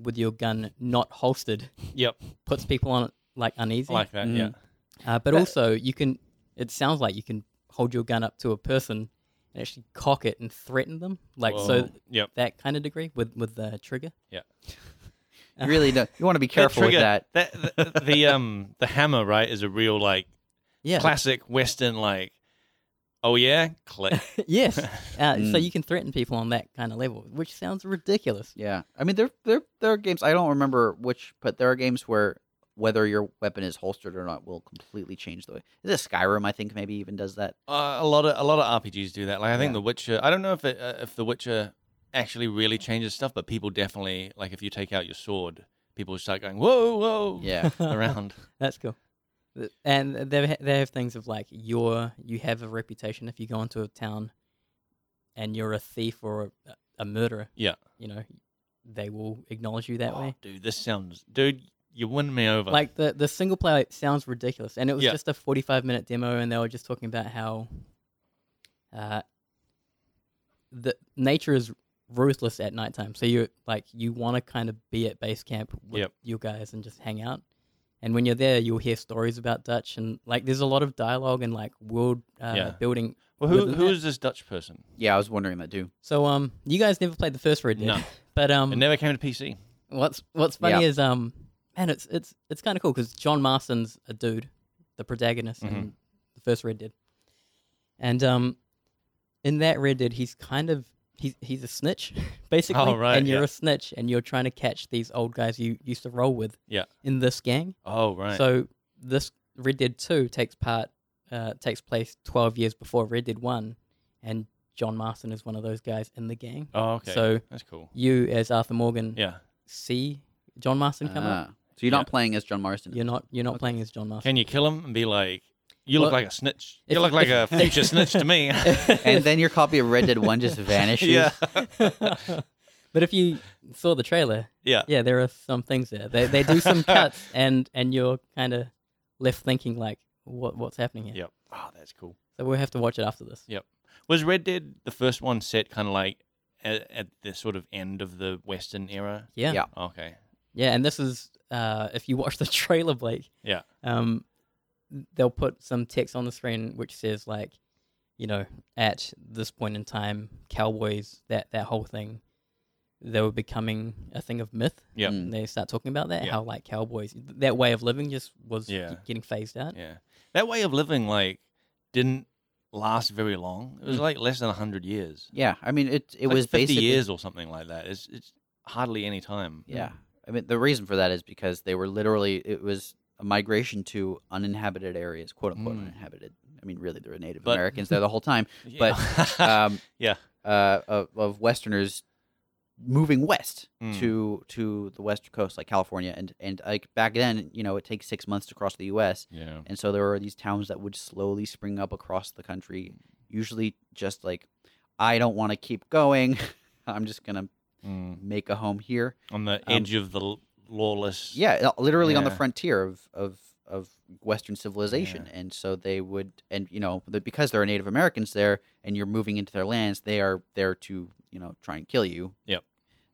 S1: with your gun not holstered
S3: Yep.
S1: puts people on like uneasy.
S3: Oh, I like that. Yeah.
S1: Uh, but
S2: That-
S1: also, you can. It sounds like you can hold your gun up to a person and actually cock it and threaten them, like so
S3: Whoa. Yep.
S1: that kind of degree with with the trigger.
S2: You
S3: [laughs]
S2: really don't. You want to be careful with
S3: trigger-
S2: that.
S3: That the, the um the hammer right is a real like
S1: Yeah.
S3: [laughs] classic Western like. Oh yeah, click.
S1: [laughs] yes. Uh, So
S2: Mm.
S1: you can threaten people on that kind of level, which sounds ridiculous.
S2: Yeah, I mean there there there are games I don't remember which, but there are games where whether your weapon is holstered or not will completely change the way. Is it Skyrim? I think maybe even does that.
S3: Uh, a lot of a lot of RPGs do that. Like I think
S2: Yeah.
S3: The Witcher. I don't know if it, uh, if The Witcher actually really changes stuff, but people definitely like if you take out your sword, people start going whoa whoa
S2: Yeah,
S3: [laughs] around.
S1: [laughs] That's cool. Th- And they ha- they have things of like your you have a reputation if you go into a town, and you're a thief or a, a murderer.
S3: Yeah.
S1: You know, they will acknowledge you that
S3: Oh,
S1: way.
S3: dude, this sounds dude. You win me over.
S1: like the the single player sounds ridiculous, and it was
S3: Yeah.
S1: just a forty five minute demo, and they were just talking about how uh, the nature is ruthless at nighttime. So you like you want to kind of be at base camp with
S3: Yep.
S1: you guys and just hang out. And when you're there, you'll hear stories about Dutch, and like there's a lot of dialogue and like world uh,
S3: Yeah.
S1: building.
S3: well, who
S1: with
S3: who
S1: that-
S3: is this Dutch person?
S2: yeah, I was wondering that too.
S1: So um, you guys never played the first Red Dead,
S3: No.
S1: [laughs] but um,
S3: It never came to PC.
S1: What's What's funny
S2: Yeah.
S1: is um, man, it's it's it's kind of cool because John Marston's a dude, the protagonist
S3: Mm-hmm.
S1: in the first Red Dead, and um, in that Red Dead, he's kind of he's he's a snitch [laughs] basically,
S3: Oh, right,
S1: and you're
S3: yeah.
S1: a snitch, and you're trying to catch these old guys you used to roll with,
S3: Yeah.
S1: in this gang.
S3: Oh right.
S1: So this Red Dead Two takes part uh, takes place twelve years before Red Dead One, and John Marston is one of those guys in the gang.
S3: oh okay.
S1: So
S3: that's cool.
S1: you as Arthur Morgan
S3: Yeah.
S1: see John Marston come up.
S2: Ah, so you're not playing as John Marston.
S1: You're not you're not playing as John Marston.
S3: Can you kill him and be like, you look
S1: Well,
S3: like a snitch.
S1: if-
S3: You look like a
S1: [laughs] if- [laughs]
S3: future snitch to me. [laughs]
S2: and then your copy of Red Dead One just vanishes.
S3: yeah.
S1: [laughs] But if you saw the trailer,
S3: Yeah.
S1: yeah, there are some things there. They they do some cuts, and and you're kind of left thinking like, what what's happening here?
S3: Yep. Oh, that's cool.
S1: So we'll have to watch it after this.
S3: Was Red Dead the first one set kind of like at, at the sort of end of the Western era?
S1: Yeah, yeah,
S2: Yeah.
S3: Okay.
S1: and this is uh, if you watch the trailer, Blake.
S3: Yeah.
S1: Um, they'll put some text on the screen which says like, you know, at this point in time, cowboys that that whole thing, they were becoming a thing of myth.
S3: Yep.
S2: Mm.
S1: And they start talking about that
S3: Yeah.
S1: how like cowboys that way of living just was
S3: Yeah.
S1: getting phased out.
S3: Yeah. That way of living like didn't last very long. It was like less than 100 years.
S2: Yeah, I mean it. Mm. It
S3: Like
S2: was
S3: 50
S2: basically
S3: years or something like that. It's, it's hardly any time.
S2: Yeah, I mean the reason for that is because they were literally it was a migration to uninhabited areas, quote unquote
S3: Mm.
S2: uninhabited. I mean, really, there were Native
S3: But-
S2: Americans there the whole
S3: [laughs]
S2: time,
S3: Yeah.
S2: but um,
S3: Yeah.
S2: uh, of, of Westerners moving west
S3: Mm.
S2: to to the west coast, like California, and and like back then, you know, it takes six months to cross the U.S.
S3: yeah.
S2: And so there were these towns that would slowly spring up across the country, usually just like, I don't want to keep going. [laughs] I'm just going to
S3: Mm.
S2: make a home here.
S3: On the edge of the l- lawless.
S2: Um, Yeah, uh, literally on the
S3: Yeah.
S2: frontier of, of, of Western civilization. And so they would, and, you know, the, because there are Native Americans there and you're moving into their lands, they are there to, you know, try and kill you.
S3: Yep.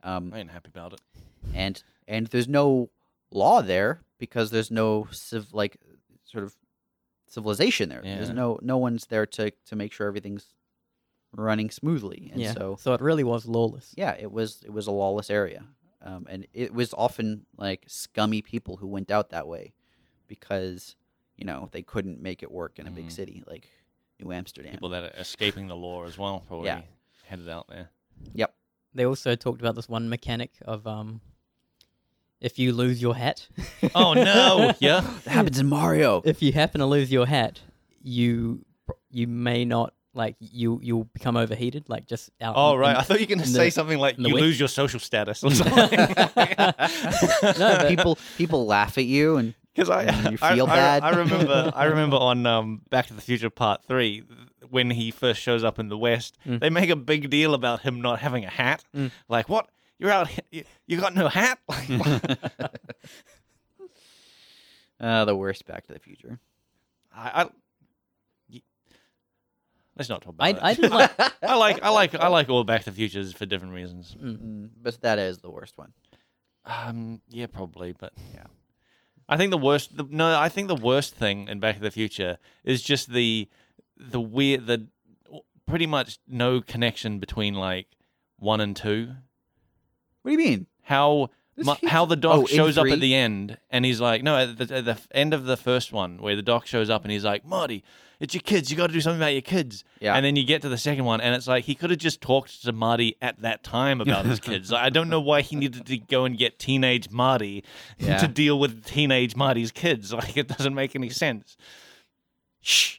S2: Um,
S3: I ain't happy about it.
S2: and and there's no law there because there's no civ like sort of civilization there. There's
S3: Yeah.
S2: no no one's there to to make sure everything's running smoothly, and
S1: yeah.
S2: so
S1: it really was lawless.
S2: yeah, it was it was a lawless area, um, and it was often like scummy people who went out that way because you know they couldn't make it work in a big
S3: Mhm.
S2: city like New Amsterdam.
S3: People that are escaping the law as well probably
S2: Yeah.
S3: headed out
S2: [laughs]
S3: there.
S1: They also talked about this one mechanic of um, if you lose your hat. [laughs]
S2: [laughs]
S3: Oh, no. yeah.
S2: that happens in
S3: [laughs]
S2: Mario. [laughs]
S1: If you happen to lose your hat, you you may not like you you'll become overheated like just out.
S3: Oh,
S1: Uh, in-
S3: right.
S1: in-
S3: I thought you were going to
S1: in
S3: say
S1: the-
S3: something like
S1: in the
S3: you
S1: wind."
S3: lose your social
S1: [laughs]
S3: status or something.
S1: no,
S3: [laughs]
S1: but
S2: people people laugh at you and
S3: Because I,
S2: Mm, you
S3: I-
S2: feel
S3: I,
S2: bad.
S3: I
S1: [laughs]
S3: remember, I remember on um, Back to the Future Part Three when he first shows up in the West.
S1: Mm.
S3: They make a big deal about him not having a hat.
S1: Mm.
S3: Like, what? You're out. he- You, you got no hat? [laughs] Like,
S1: Mm.
S3: what?
S2: uh, the worst Back to the Future.
S3: I, I, y- let's not talk about
S1: I
S3: it.
S1: I
S3: [laughs]
S1: didn't like.
S3: I like, I like, I like all Back to the Futures for different reasons. Mm-hmm.
S2: Mm, but that is the worst one.
S3: Um, yeah, probably, but
S2: Yeah.
S3: I think the worst. The, no, I think the worst thing in Back to the Future is just the the weird the pretty much no connection between like one and two.
S2: What do you mean?
S3: How
S2: There's
S3: mu-
S2: huge-
S3: how the doc
S2: Oh, in
S3: shows up
S2: three?
S3: at the end and he's like, no, at the, at the end of the first one where the doc shows up and he's like, Marty, it's your kids. You got to do something about your kids.
S2: Yeah.
S3: And then you get to the second one, and it's like he could have just talked to Marty at that time about his kids. Like, I don't know why he needed to go and get teenage Marty
S2: Yeah.
S3: to deal with teenage Marty's kids. [laughs] Like it doesn't make any sense.
S2: [laughs] Shh.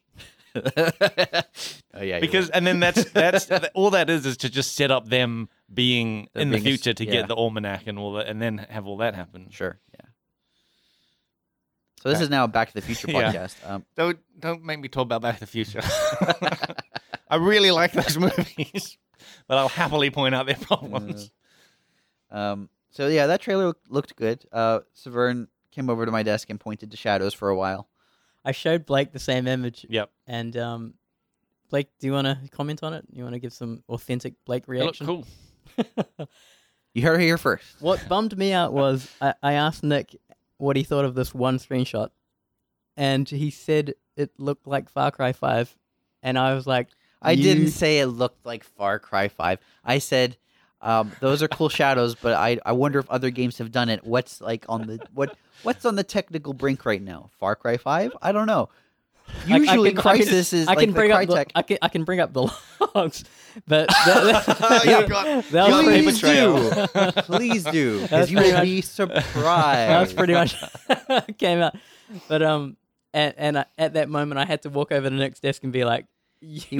S2: oh yeah. you're
S3: Because
S2: right.
S3: and then [laughs] that's that's all that is is to just set up them being
S2: Them
S3: in
S2: being
S3: the
S2: a s-
S3: future to
S2: yeah.
S3: get the almanac and all that, and then have all that happen.
S2: sure. Yeah. So this is now a Back to the Future
S3: [laughs] Yeah.
S2: podcast. Um,
S3: Don't don't make me talk about Back to the Future. [laughs] I really like those [laughs] movies, but I'll happily point out their problems.
S2: um, so yeah, that trailer look- looked good. Uh, Severn came over to my desk and pointed to shadows for a while.
S1: I showed Blake the same image,
S3: Yep,
S1: and um, Blake, do you want to comment on it? You want to give some authentic Blake
S3: they look
S1: reaction?
S3: cool.
S1: [laughs]
S2: You heard it here first.
S1: What bummed me out was I, I asked Nick what he thought of this one screenshot, and he said it looked like Far Cry 5. And I was like,
S2: I
S1: You-
S2: didn't say it looked like Far Cry Five. I said. Um, those
S1: [laughs]
S2: are cool shadows, but I, I wonder if other games have done it. What's like on the what what's on the technical brink right now? Far Cry Five? I don't know.
S1: I- I
S2: Usually,
S1: can- I can-
S2: Crisis is
S1: I
S2: like
S1: can bring
S2: the
S1: up the,
S2: Crytek.
S1: I can I can bring up the logs, but [laughs] that,
S2: [laughs]
S1: that,
S3: You got-
S1: [laughs] that was pretty,
S2: Please
S3: Paper
S2: do.
S3: trail.
S2: Please do.
S1: [laughs] That's
S2: Because you will
S1: pretty
S2: be
S1: [laughs] that was
S2: surprised.
S1: pretty much [laughs] came out. But um, and and I, at that moment, I had to walk over to Nick's desk and be like,
S2: He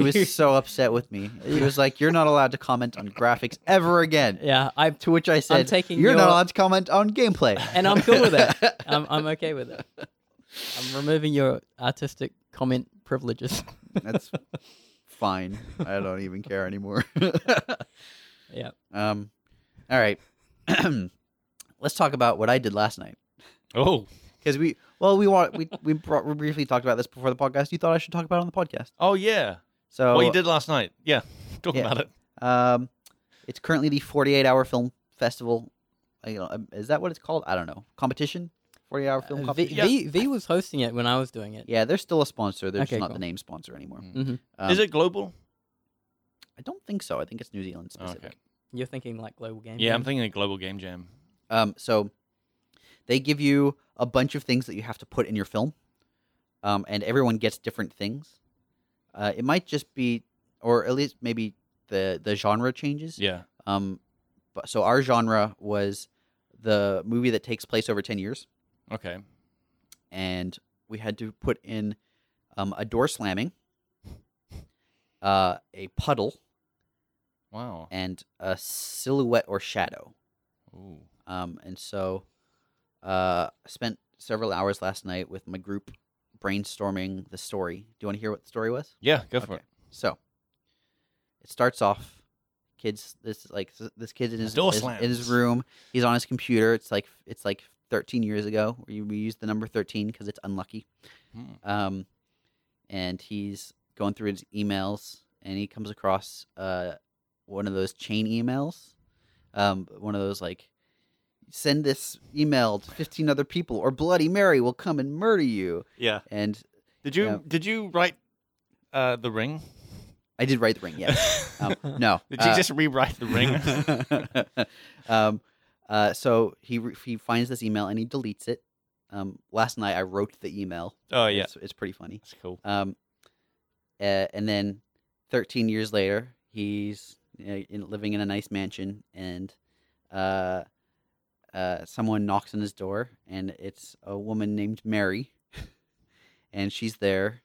S1: [laughs]
S2: was so upset with me. He was like, You're not allowed to comment on graphics ever again.
S1: yeah, I
S2: To which I said,
S1: taking
S2: You're not
S1: your-
S2: allowed to comment on gameplay.
S1: and I'm cool with it. I'm I'm okay with it. I'm removing your artistic comment
S3: [laughs]
S1: privileges.
S2: [laughs] That's fine. I don't even care anymore.
S1: Yeah.
S2: [laughs] Um, All right. [clears throat] Let's talk about what I did last night.
S3: Oh,
S2: Because we, well, we want we we, brought, we briefly talked about this before the podcast. You thought I should talk about it on the podcast.
S3: oh yeah.
S2: So
S3: What you did last night? Yeah, [laughs] talk
S2: Yeah.
S3: about it.
S2: Um, it's currently the 48 hour film festival. I, you know, um, is that what it's called? I don't know. Competition, 48 hour film
S1: Uh, v,
S2: competition.
S3: Yeah.
S1: v, v was hosting it when I was doing it.
S2: yeah, they're still a sponsor. They're
S1: Okay,
S2: just not
S1: cool.
S2: the name sponsor anymore.
S1: Mhm.
S2: Um,
S3: Mm-hmm. Is it global?
S2: I don't think so. I think it's New Zealand
S3: Oh, okay.
S2: specific.
S1: You're thinking like global game.
S3: Yeah, I'm
S1: Jam.
S3: thinking of global game jam.
S2: Um, so they give you a bunch of things that you have to put in your film, um, and everyone gets different things. Uh, it might just be, or at least maybe the the genre changes.
S3: Yeah.
S2: Um, but so our genre was the movie that takes place over ten years,
S3: Okay.
S2: and we had to put in um, a door slamming, uh, a puddle,
S3: Wow.
S2: and a silhouette or shadow.
S3: Ooh.
S2: Um, and so, uh, spent several hours last night with my group brainstorming the story. Do you want to hear what the story was?
S3: Yeah, go for
S2: Okay. So, it starts off. Kids, this is like s- this kid in his,
S3: Door
S2: his- in his
S3: slams.
S2: room. He's on his computer. It's like it's like 13 years ago. Where you we use the number 13 because it's unlucky.
S3: it. Hmm.
S2: Um, and he's going through his emails, and he comes across uh one of those chain emails, um, one of those like send this email to 15 other people, or Bloody Mary will come and murder you.
S3: Yeah.
S2: And
S3: Did you
S2: Yeah.
S3: did you write uh, the ring?
S2: I did write the ring, yes.
S3: [laughs]
S2: Um, no,
S3: Did you just rewrite the
S2: [laughs]
S3: ring?
S2: ring? [laughs] um, uh, so he re- he finds this email and he deletes it. Um, last night I wrote the email.
S3: oh yeah,
S2: It's, it's pretty funny.
S3: that's cool.
S2: Um, uh, and then 13 years later, he's you know, in, living in a nice mansion, and uh, uh, someone knocks on his door, and it's a woman named Mary, [laughs] and she's there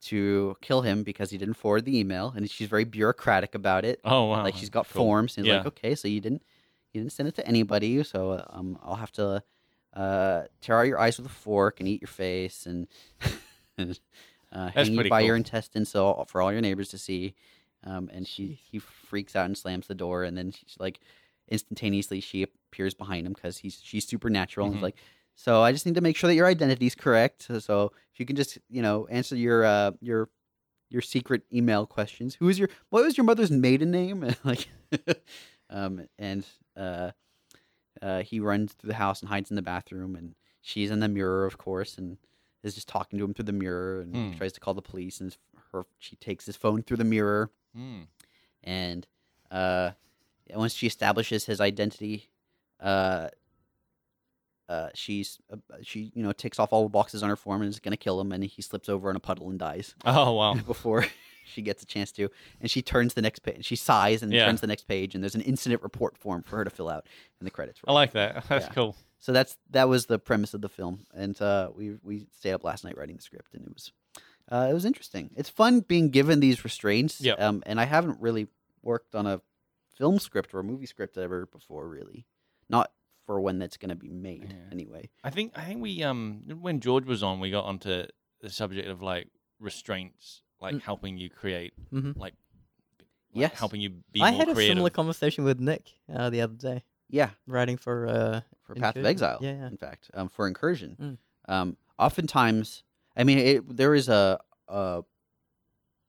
S2: to kill him because he didn't forward the email, and she's very bureaucratic about it.
S3: Oh wow,
S2: like she's got
S3: cool.
S2: forms, and he's like,
S3: Yeah.
S2: okay, so you didn't you didn't send it to anybody, so uh, um, I'll have to uh, tear out your eyes with a fork and eat your face and [laughs] uh, hang you
S3: pretty
S2: by
S3: cool.
S2: your intestines so all- for all your neighbors to see. Um, and she he freaks out and slams the door, and then she's like, instantaneously she appears behind him because he's she's supernatural and
S3: Mhm.
S2: is like, so I just need to make sure that your identity is correct. So, so if you can just you know answer your uh, your your secret email questions. Who is your what was your mother's maiden name? [laughs] And like, um, and uh, uh, he runs through the house and hides in the bathroom, and she's in the mirror, of course, and is just talking to him through the mirror, and
S3: Hmm.
S2: tries to call the police, and her she takes his phone through the mirror,
S3: Hmm.
S2: and uh, once she establishes his identity, uh, uh, she's uh, she you know ticks off all the boxes on her form and is gonna kill him, and he slips over in a puddle and dies
S3: Oh wow,
S2: [laughs] before she gets a chance to. And she turns the next page. She sighs and
S3: Yeah.
S2: turns the next page, and there's an incident report form for her to fill out, and the credits.
S3: I
S2: roll.
S3: like that. [laughs] That's
S2: Yeah.
S3: cool.
S2: so that's that was the premise of the film, and uh, we we stayed up last night writing the script, and it was uh, it was interesting. It's fun being given these restraints.
S3: Yep.
S2: Um, and I haven't really worked on a film script or a movie script ever before, really. Not for one that's going to be made
S3: Yeah.
S2: anyway.
S3: I think I think we um when George was on, we got onto the subject of like restraints, like
S2: Mm. Mm-hmm.
S3: helping you create,
S1: Mhm.
S3: like, like,
S2: Yes.
S3: helping you be
S1: I
S3: more
S1: had a
S3: creative.
S1: similar conversation with Nick uh, the other day,
S2: Yeah,
S1: writing for. Uh,
S2: for Path of
S1: Incursion.
S2: Exile.
S1: Yeah, yeah.
S2: In fact, um, for Incursion.
S1: Mm.
S2: Um, oftentimes, I mean, it, there is a, a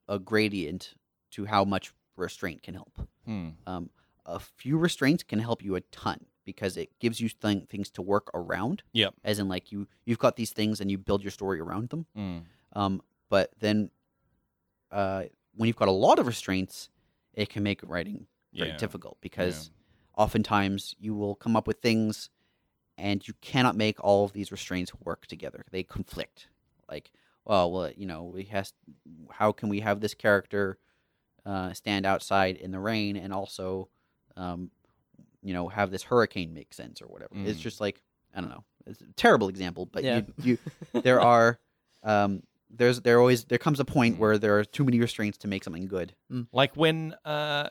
S2: a gradient to how much restraint can help.
S3: Hmm.
S2: Um, a few restraints can help you a ton because it gives you th- things to work around.
S3: Yep.
S2: As in, like you you've got these things and you build your story around them.
S3: Hmm.
S2: Um, but then, uh, when you've got a lot of restraints, it can make writing very
S3: Yeah.
S2: difficult
S3: Yeah.
S2: because oftentimes you will come up with things and you cannot make all of these restraints work together they conflict like well, well you know we has how can we have this character uh, stand outside in the rain and also um, you know have this hurricane make sense or whatever it's
S3: Mm.
S2: just like i don't know it's a terrible example but
S1: Yeah.
S2: you, you
S3: [laughs]
S2: there are um, there's there always there comes a
S3: Mm.
S2: point where there are too many restraints to make something good
S3: Like [laughs] when uh,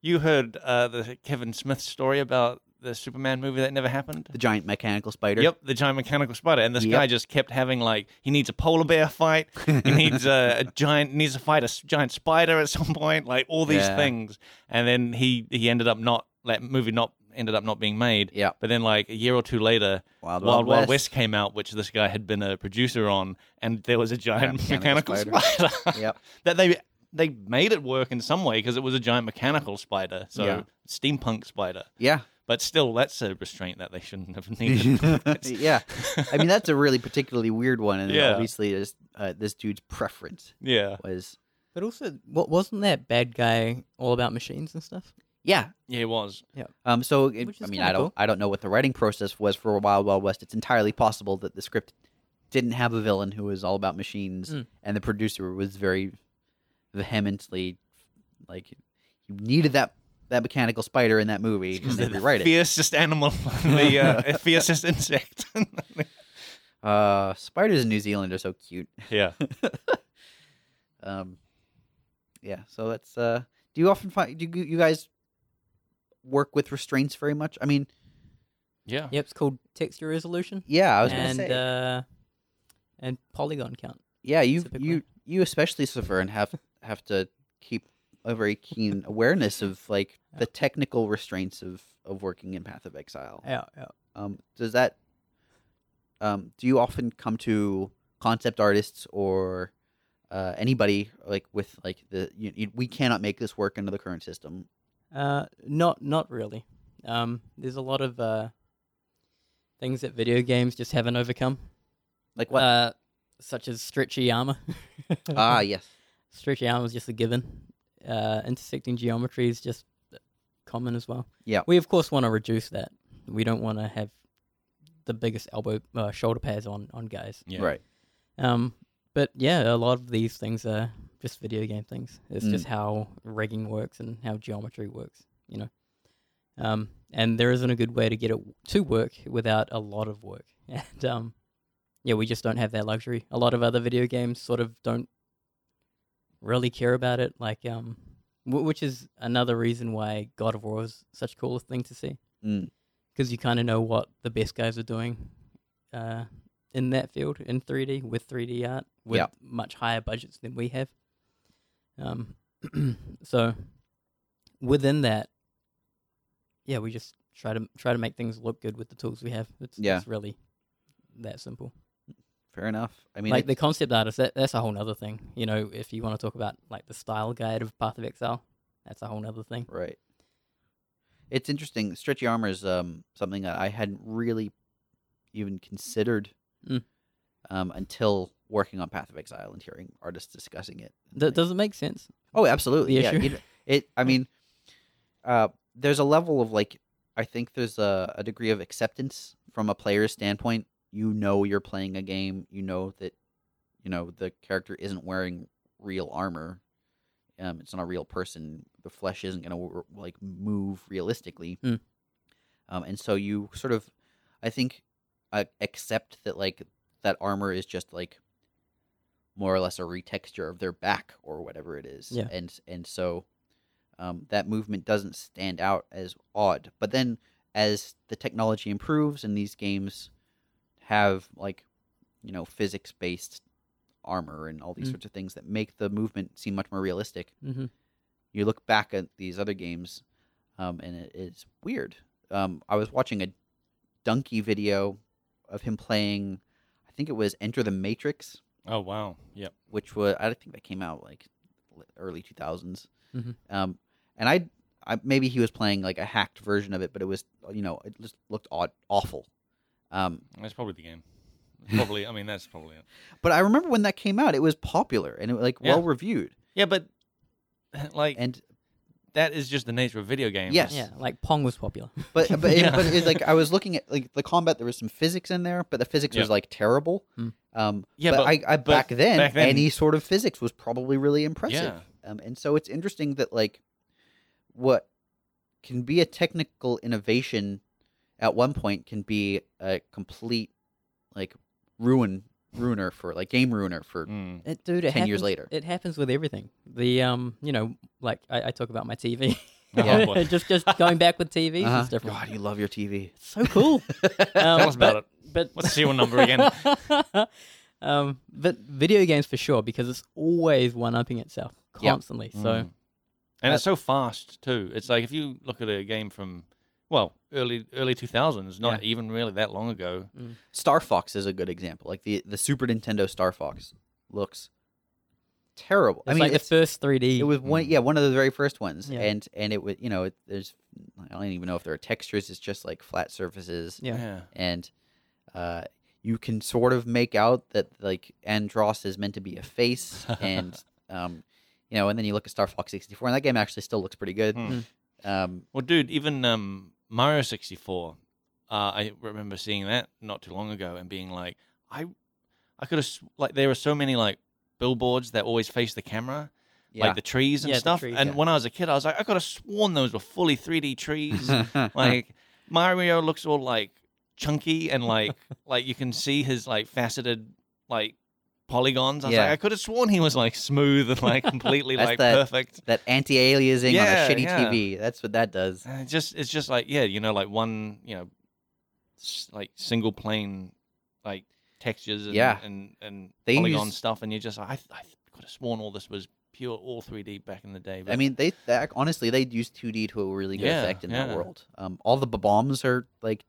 S3: you heard uh, the Kevin Smith story about the- the Superman movie that never happened?
S2: The giant mechanical spider.
S3: Yep, the giant mechanical spider, and this
S2: Yep.
S3: guy just kept having like he needs a polar bear fight, he needs a, a giant needs to fight a s- giant spider at some point, like all these
S2: Yeah.
S3: things, and then he he ended up not that movie not ended up not being made,
S2: [laughs] Yeah.
S3: but then like a year or two later,
S2: Wild
S3: Wild Wild, West. came out, which this guy had been a producer on, and there was a giant
S2: Yeah, mechanical
S3: mechanical, spider. [laughs]
S2: Yep.
S3: that they they made it work in some way because it was a giant mechanical spider, so
S2: Yeah.
S3: steampunk spider. [laughs]
S2: Yeah.
S3: But still, that's a restraint that they shouldn't have
S2: [laughs]
S3: [laughs] needed.
S2: yeah. I mean, that's a really particularly weird one, and
S3: Yeah.
S2: obviously, this, uh, this dude's preference
S3: yeah,
S2: was
S1: But also, what wasn't that bad guy all about machines and stuff?
S2: yeah.
S3: yeah, it was.
S2: Um. So it,
S1: Which
S2: I
S1: is
S2: mean,
S1: kinda
S2: I don't
S1: cool.
S2: I don't know what the writing process was for Wild Wild West. It's entirely possible that the script didn't have a villain who was all about machines,
S1: Mm.
S2: and the producer was very vehemently like you needed that that mechanical spider in that
S3: [laughs]
S2: movie, and they
S3: The
S2: rewrite it.
S3: fiercest animal, the [laughs] uh, fiercest insect.
S2: Uh, spiders in New Zealand are so cute.
S3: yeah,
S2: Um, yeah. So that's. Uh, do you often find do you, you guys work with restraints very much? I mean,
S3: yeah,
S1: Yep, it's called texture resolution.
S2: yeah. I was
S1: and
S2: gonna say.
S1: uh, and polygon count.
S2: yeah. You
S1: it's a big
S2: you
S1: one.
S2: you especially suffer and have have to keep a very keen awareness of like the technical restraints of of working in Path of Exile.
S1: Yeah, yeah.
S2: Um, does that um do you often come to concept artists or uh, anybody like with like the you, you, we cannot make this work under the current system
S1: Uh, not not really. Um, there's a lot of uh, things that video games just haven't overcome,
S2: like what
S1: Uh, such as stretchy [laughs] armor.
S2: ah yes
S1: stretchy armor is just a given. Uh, intersecting geometry is just common as well.
S2: Yeah.
S1: we of course want to reduce that. We don't want to have the biggest elbow uh, shoulder pads on on guys.
S3: yeah.
S2: right
S1: Um, but yeah, a lot of these things are just video game things. It's
S2: Mm.
S1: just how rigging works and how geometry works, you know. Um, and there isn't a good way to get it to work without a lot of work. [laughs] And um, yeah, we just don't have that luxury. A lot of other video games sort of don't really care about it, like um, w- which is another reason why God of War is such a cool thing to see
S2: Mm.
S1: because you kind of know what the best guys are doing uh, in that field in 3D with 3D art with
S2: Yeah.
S1: much higher budgets than we have. Um, [clears throat] so within that, yeah, we just try to try to make things look good with the tools we have. It's,
S2: Yeah.
S1: it's really that simple.
S2: Fair enough. I mean,
S1: like the
S2: it's-
S1: concept artist, that, that's a whole nother thing. You know, if you want to talk about like the style guide of Path of Exile, that's a whole nother thing.
S2: right. It's interesting. Stretchy armor is um, something that I hadn't really even considered
S1: Mm.
S2: um, until working on Path of Exile and hearing artists discussing it. and
S1: Th-
S2: like-
S1: does it make sense?
S2: Oh, absolutely.
S1: the
S2: yeah.
S1: issue.
S2: It, it. I mean, uh, there's a level of like, I think there's a, a degree of acceptance from a player's standpoint. You know, you're playing a game. You know that, you know, the character isn't wearing real armor. Um, it's not a real person. The flesh isn't gonna w- like move realistically.
S1: Mm.
S2: Um, and so you sort of, I think, uh, accept that like that armor is just like more or less a retexture of their back or whatever it is.
S1: Yeah.
S2: And and so um, that movement doesn't stand out as odd. But then as the technology improves and these games have like you know physics based armor and all these
S1: Mm.
S2: sorts of things that make the movement seem much more realistic.
S1: Mm-hmm.
S2: You look back at these other games um, and it, it's weird. Um, I was watching a Donkey video of him playing I think it was Enter the Matrix
S3: Oh wow, yep.
S2: which was I think that came out like l- early 2000s.
S3: Mm-hmm.
S1: Mhm.
S2: Um, and I, I maybe he was playing like a hacked version of it, but it was you know it just looked odd, awful. Um,
S3: That's probably the game. Probably, I mean, that's probably it.
S2: but I remember when that came out, it was popular and it was like
S3: Yeah.
S2: well reviewed.
S3: Yeah, but [laughs] like
S2: And
S3: that is just the nature of video games.
S2: Yes.
S1: Yeah, like Pong was popular.
S2: but but, it,
S3: [laughs] Yeah.
S2: but it's like I was looking at like the combat. There was some physics in there, but the physics
S3: Yeah.
S2: was like terrible.
S1: Hmm.
S2: Um,
S3: Yeah,
S2: but,
S3: but-
S2: I, I
S3: but
S2: back, then,
S3: back then-
S2: any sort of physics was probably really impressive.
S3: Yeah.
S2: Um, and so it's interesting that like what can be a technical innovation at one point can be a complete like ruin ruiner for like game ruiner for
S3: Mm.
S1: It, dude, it
S2: 10 years
S1: happens-
S2: later.
S3: [laughs]
S1: It happens with everything. The um, you know, like I, I talk about my TV.
S2: Yeah.
S1: [laughs]
S3: boy.
S1: just just going back with TVs
S2: Uh-huh.
S1: and stuff.
S2: God, you love your TV.
S1: It's so
S2: [laughs]
S1: cool. Um,
S3: Tell us about
S1: but-
S3: it.
S1: But
S3: What's the serial number again?
S1: um, but video games for sure because it's always one upping itself
S2: Yeah.
S1: constantly. [laughs] So
S3: Mm. and it's so fast too. It's like if you look at a game from well early early two thousands, not even really that long ago.
S2: Star Fox is a good example. Like the the Super Nintendo Star Fox looks terrible.
S1: it's
S2: I mean,
S1: like the
S2: it's,
S1: first 3D.
S2: it was
S3: Mm-hmm.
S2: one, yeah, one of the very first ones,
S1: Yeah.
S2: and and it was, you know, it, there's, I don't even know if there are textures. It's just like flat surfaces,
S1: Yeah.
S2: and uh, you can sort of make out that like Andross is meant to be a face,
S3: [laughs]
S2: and um, you know, and then you look at Star Fox 64, and that game actually still looks pretty good.
S3: Hmm.
S2: Um,
S3: Well, dude, even um, Mario sixty four. Uh, I remember seeing that not too long ago and being like, I, I could have like there were so many like billboards that always face the camera,
S2: yeah.
S3: like the trees and
S1: Yeah, the
S3: stuff.
S1: trees,
S3: and
S2: yeah.
S3: when I was a kid, I was like, I could have sworn those were fully three D
S2: [laughs]
S3: trees. like Mario looks all like chunky and
S2: [laughs]
S3: like like you can see his like faceted like polygons. I was
S2: Yeah.
S3: like, I could have sworn he was like smooth and
S2: [laughs]
S3: like completely
S2: That's
S3: like
S2: that-
S3: perfect.
S2: that anti-aliasing
S3: Yeah,
S2: on a shitty
S3: yeah.
S2: TV. That's what that does.
S3: And it just it's just like yeah, you know, like one you know, s- like single plane like textures and
S2: Yeah.
S3: and and
S2: They
S3: polygon
S2: use-
S3: stuff, and you're just like, I, I could have sworn all this was pure all 3D back in the day.
S2: I
S3: but-
S2: mean, they, they ac- honestly they use 2D to a really good
S3: Yeah,
S2: effect in
S3: yeah.
S2: that world. Um, all the bombs are like